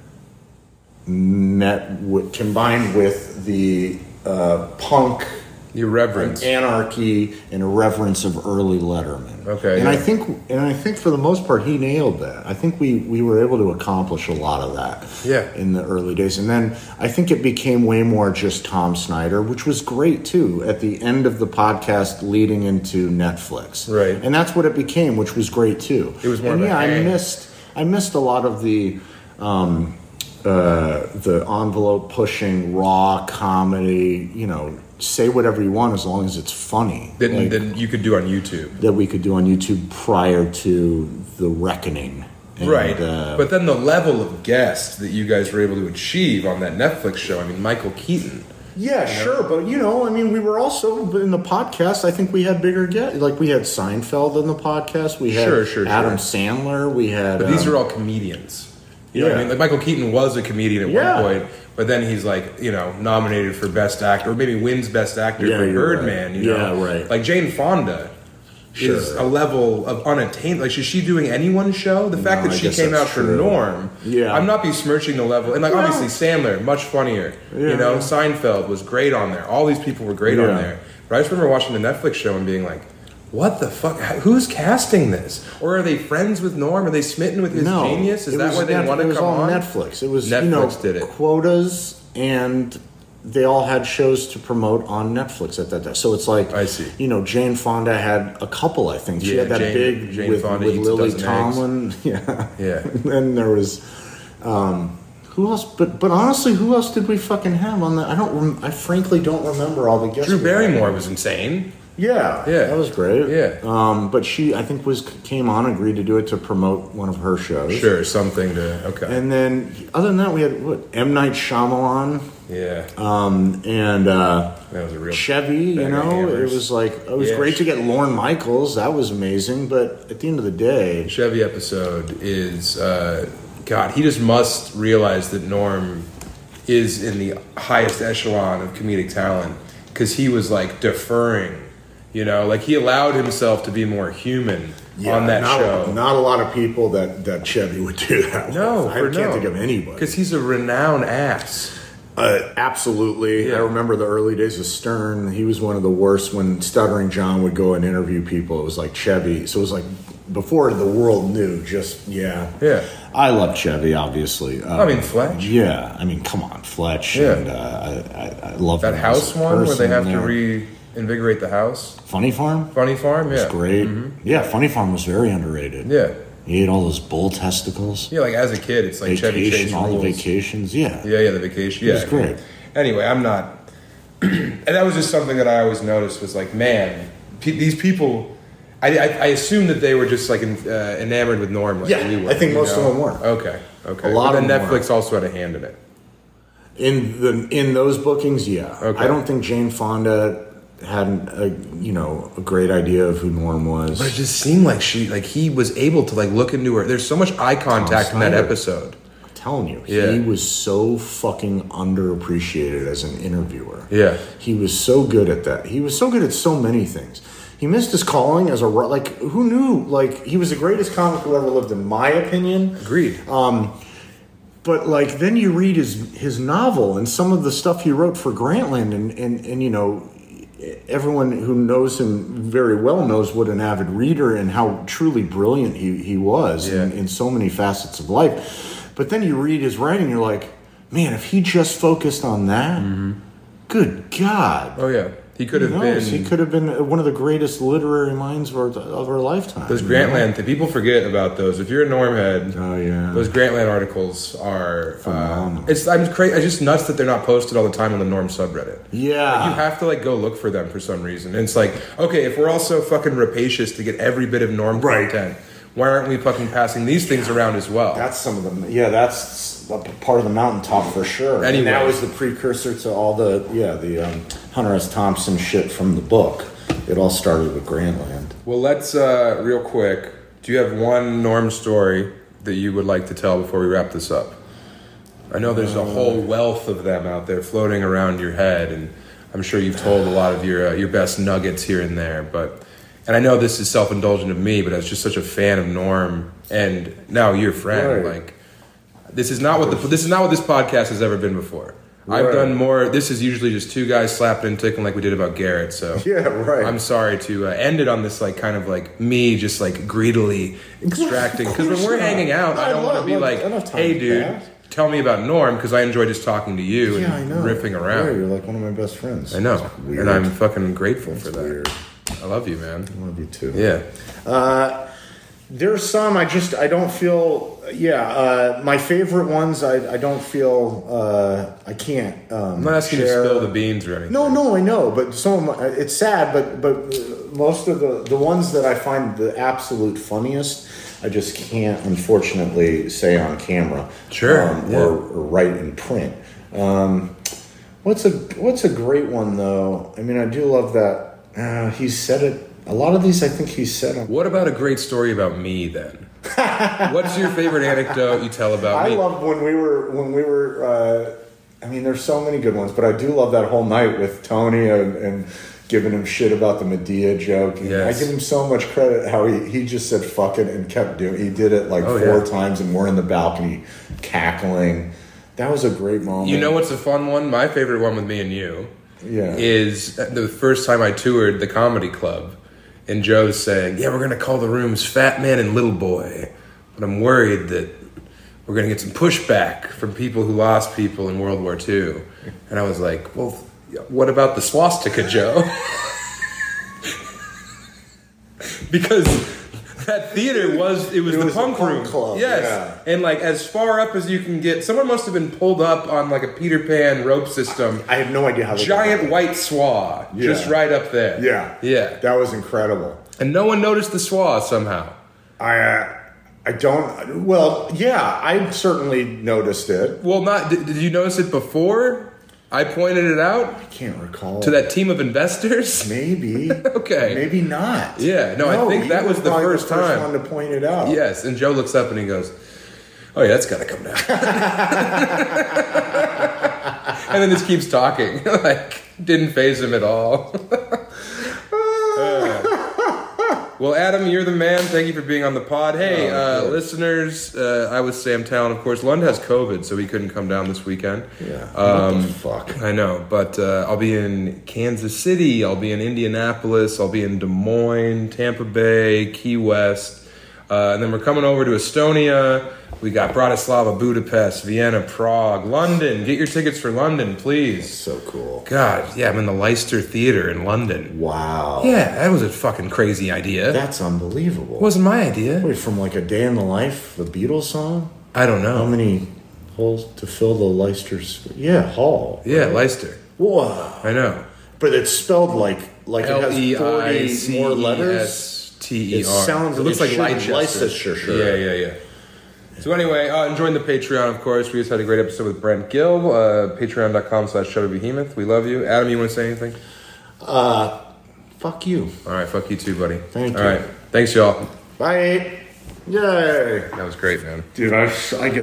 B: met with, combined with the uh, punk
A: You reverence.
B: anarchy and a reverence of early Letterman.
A: Okay,
B: and I
A: yeah.
B: think and I think for the most part he nailed that. I think we we were able to accomplish a lot of that.
A: Yeah.
B: in the early days, and then I think it became way more just Tom Snyder, which was great too. At the end of the podcast, leading into Netflix,
A: Right.
B: and that's what it became, which was great too.
A: It was more
B: And
A: of a
B: yeah, I
A: hang.
B: missed I missed a lot of the. Um, uh, the envelope pushing raw comedy you know say whatever you want as long as it's funny
A: That,
B: like,
A: that you could do on YouTube.
B: that we could do on youtube prior to the reckoning And,
A: right.
B: uh,
A: but then the level of guests that you guys were able to achieve on that Netflix show. I mean, Michael Keaton.
B: yeah sure but you know i mean we were also in the podcast i think we had bigger get like we had seinfeld in the podcast we had
A: Sure, sure, sure.
B: adam sandler we had
A: But these
B: um,
A: are all comedians. You know what I
B: Yeah.
A: mean? Like Michael Keaton was a comedian at
B: Yeah.
A: one point, but then he's like, you know, nominated for best actor or maybe wins best actor
B: Yeah,
A: for
B: you're
A: Birdman,
B: right.
A: you know.
B: Yeah, right.
A: Like Jane Fonda is
B: Sure.
A: a level of unattainable. Like is she doing anyone's show? The fact
B: No,
A: that
B: I
A: she
B: guess
A: came out
B: that's
A: for
B: true.
A: Norm.
B: Yeah.
A: I'm not besmirching the level. And like
B: No.
A: obviously Sandler, much funnier.
B: Yeah.
A: You know, Seinfeld was great on there. All these people were great
B: Yeah.
A: on there. But I just remember watching the Netflix show and being like, what the fuck? Who's casting this? Or are they friends with Norm? Are they smitten with his
B: no,
A: genius? Is
B: it
A: that
B: was
A: why they
B: Netflix-
A: want
B: it
A: to
B: was
A: come
B: all
A: on?
B: netflix it was you
A: Netflix
B: know
A: did it.
B: quotas and they all had shows to promote on netflix at that time so it's like
A: I see.
B: you know jane fonda had a couple i think she
A: Yeah,
B: had that
A: Jane-
B: big
A: Jane
B: with,
A: Fonda
B: with
A: eats a
B: lily
A: dozen eggs.
B: tomlin yeah
A: Yeah.
B: and then there was um who else? But but honestly, who else did we fucking have on the? I don't. Rem- I frankly don't remember all the guests.
A: Drew
B: we had.
A: Barrymore was insane.
B: Yeah,
A: Yeah.
B: that was great.
A: Yeah.
B: um, but she, I think, was came on, agreed to do it to promote one of her shows.
A: Sure, something to okay.
B: And then, other than that, we had what M Night Shyamalan
A: yeah,
B: um, and uh,
A: that was a real.
B: Chevy. You
A: Bag of
B: know, it
A: hammers.
B: was like it was
A: Yeah.
B: great to get Lorne Michaels. That was amazing. But at the end of the day,
A: Chevy episode is uh, God. He just must realize that Norm is in the highest echelon of comedic talent because he was like deferring. You know, like he allowed himself to be more human on that
B: not,
A: show.
B: not a lot of people that that Chevy would do that.
A: No,
B: with. I
A: for
B: can't
A: no.
B: think of anybody.
A: Because he's a renowned ass.
B: Uh, absolutely.
A: Yeah.
B: I remember the early days of Stern. He was one of the worst when Stuttering John would go and interview people. It was like Chevy. So it was like before the world knew, just, yeah.
A: Yeah.
B: I love Chevy, obviously. Um,
A: mean, Fletch.
B: Yeah. I mean, come on, Fletch.
A: Yeah.
B: And uh, I, I, I love
A: That
B: him as
A: house
B: a
A: one where they
B: person,
A: have to
B: yeah.
A: reinvigorate the house.
B: Funny Farm?
A: Funny Farm, yeah. Mm-hmm.
B: It's great. Yeah, Funny Farm was very underrated.
A: Yeah.
B: He ate all those bull testicles.
A: Yeah, like as a kid, it's like Chevy Chase
B: vacation, all
A: rules.
B: the vacations. Yeah.
A: Yeah, yeah, the vacation. Yeah,
B: was great.
A: Anyway, I'm not. and that was just something that I always noticed was like, man, pe- these people. I, I, I assume that they were just like en- uh, enamored with Norm. Like
B: Yeah,
A: we were,
B: I think
A: you
B: most of
A: know?
B: them were.
A: Okay, okay.
B: A lot
A: But then
B: of them were.
A: Netflix also had a hand in it.
B: In the in those bookings, yeah.
A: Okay.
B: I don't think Jane Fonda had a you know a great idea of who Norm was.
A: But it just seemed like she, like he was able to like look into her. There's so much eye contact in that
B: Snyder.
A: episode.
B: I'm telling you,
A: Yeah.
B: he was so fucking underappreciated as an interviewer.
A: Yeah.
B: He was so good at that. He was so good at so many things. He missed his calling as a ru- like who knew like he was the greatest comic who ever lived in my opinion. Um,
A: Agreed.
B: but like then you read his his novel and some of the stuff he wrote for Grantland and and and you know everyone who knows him very well knows what an avid reader and how truly brilliant he, he was in,
A: Yeah.
B: in so many facets of life but then you read his writing you're like man if he just focused on that good god
A: oh yeah, he could
B: Who
A: have Mm-hmm. been.
B: knows? he could have been uh, one of the greatest literary minds of our, of our lifetime
A: Those
B: you know?
A: Grantland, th- people forget about those. If you're a Normhead,
B: oh yeah
A: those Grantland articles are. Uh,
B: Phenomenal.
A: it's I'm crazy. It's just nuts that they're not posted all the time on the Norm subreddit.
B: yeah
A: Like, you have to like go look for them for some reason. And it's like, okay, if we're all so fucking rapacious to get every bit of Norm
B: Right.
A: content, why aren't we fucking passing these things around as well?
B: That's some of the yeah. That's a p- part of the mountaintop for sure.
A: Anyway.
B: And that was the precursor to all the yeah the um, Hunter S. Thompson shit from the book. It all started with Grantland.
A: well, let's uh, real quick. Do you have one Norm story that you would like to tell before we wrap this up? I know there's a whole wealth of them out there floating around your head, and I'm sure you've told a lot of your uh, your best nuggets here and there. But and I know this is self indulgent of me, but I was just such a fan of Norm, and now your friend.
B: Right.
A: Like this is not what the this is not what this podcast has ever been before. I've
B: Right.
A: done more. This is usually just two guys slapping and tickling like we did about Garrett. So
B: Yeah, right.
A: I'm sorry to uh, end it on this like kind of like me just like greedily extracting because when
B: course
A: we're
B: not.
A: hanging out, I
B: No,
A: don't want to
B: look,
A: be
B: look,
A: like,
B: enough time
A: hey,
B: for
A: dude,
B: that."
A: tell me about Norm because I enjoy just talking to you
B: yeah, I
A: and
B: know.
A: riffing around.
B: Yeah, you're like one of my best friends.
A: I know,
B: It's weird.
A: and I'm fucking grateful for
B: It's
A: that.
B: weird.
A: I love you, man.
B: I love you too.
A: Yeah,
B: There's some I just I don't feel yeah uh, my favorite ones I, I don't feel uh, I can't um,
A: I'm not asking you
B: share.
A: to spill the beans or anything.
B: no no I know but some of my, it's sad but but uh, most of the the ones that I find the absolute funniest I just can't unfortunately say on camera
A: Sure,
B: um,
A: yeah.
B: or, or write in print um, what's a what's a great one though I mean I do love that uh, he said it a lot of these I think he said on
A: What about a great story about me then? What's your favorite anecdote you tell about
B: I
A: me?
B: love when we were when we were. Uh, I mean, there's so many good ones, but I do love that whole night with Tony and, and giving him shit about the Medea joke. And
A: Yes.
B: I give him so much credit how he, he just said fuck it and kept doing. He did it like
A: Oh,
B: four
A: yeah.
B: times, and we're in the balcony cackling. That was a great moment.
A: you know what's a fun one? My favorite one with me and you
B: Yeah.
A: is the first time I toured the comedy club, and Joe's saying, "Yeah, we're gonna call the rooms Fat Man and Little Boy," but I'm worried that we're gonna get some pushback from people who lost people in World War II. And I was like, "Well, what about the swastika, Joe?" because that theater was it was
B: It
A: the
B: was the
A: punk
B: punk
A: room
B: club,
A: yes
B: yeah.
A: and like as far up as you can get someone must have been pulled up on like a peter pan rope system
B: I have no idea how they did
A: giant
B: that.
A: white swath
B: Yeah.
A: just right up there
B: Yeah,
A: yeah
B: that was incredible.
A: and no one noticed the swath somehow
B: I uh, I don't. Well, yeah, I certainly noticed it.
A: well not did, did you notice it before i pointed it out
B: I can't recall
A: to that team of investors
B: Maybe.
A: Okay.
B: Maybe not.
A: Yeah, no, I think
B: you
A: that
B: were
A: was the
B: probably
A: first time.
B: one to point it out.
A: yes and joe looks up and he goes oh yeah that's gotta come down and then just keeps talking like didn't phase him at all Well, Adam, you're the man. Thank you for being on the pod. Hey, uh, listeners, uh, I was Sam Talon. Of course, Lund has COVID, so he couldn't come down this weekend.
B: Yeah. What
A: Um,
B: the fuck.
A: I know, but uh, I'll be in Kansas City. I'll be in Indianapolis. I'll be in Des Moines, Tampa Bay, Key West. Uh, and then we're coming over to Estonia. We got Bratislava, Budapest, Vienna, Prague, London. Get your tickets for London, please.
B: So cool.
A: God, yeah, I'm in the Leicester Theater in London.
B: Wow.
A: Yeah, that was a fucking crazy idea.
B: That's unbelievable.
A: wasn't my idea.
B: Wait, from like a day in the life, the Beatles song?
A: I don't
B: How
A: know.
B: many holes to fill the Leicester's? Yeah, hall.
A: Yeah, Leicester.
B: Whoa.
A: I know.
B: But it's spelled like like
A: L e
B: it
A: i
B: has forty
A: c
B: more
A: e
B: letters.
A: s t e
B: It
A: r.
B: sounds-
A: It looks
B: it
A: like
B: should be Leicestershire.
A: Yeah, yeah, yeah. So anyway, uh, and join the Patreon, of course. We just had a great episode with Brent Gill. Uh, Patreon.com slash Chubby Behemoth. We love you. Adam, you want to say anything?
B: Uh, Fuck you.
A: All right, fuck you too, buddy.
B: Thank
A: All
B: you.
A: right. Thanks, y'all.
B: Bye. Yay.
A: That was great, man.
B: Dude, I, I get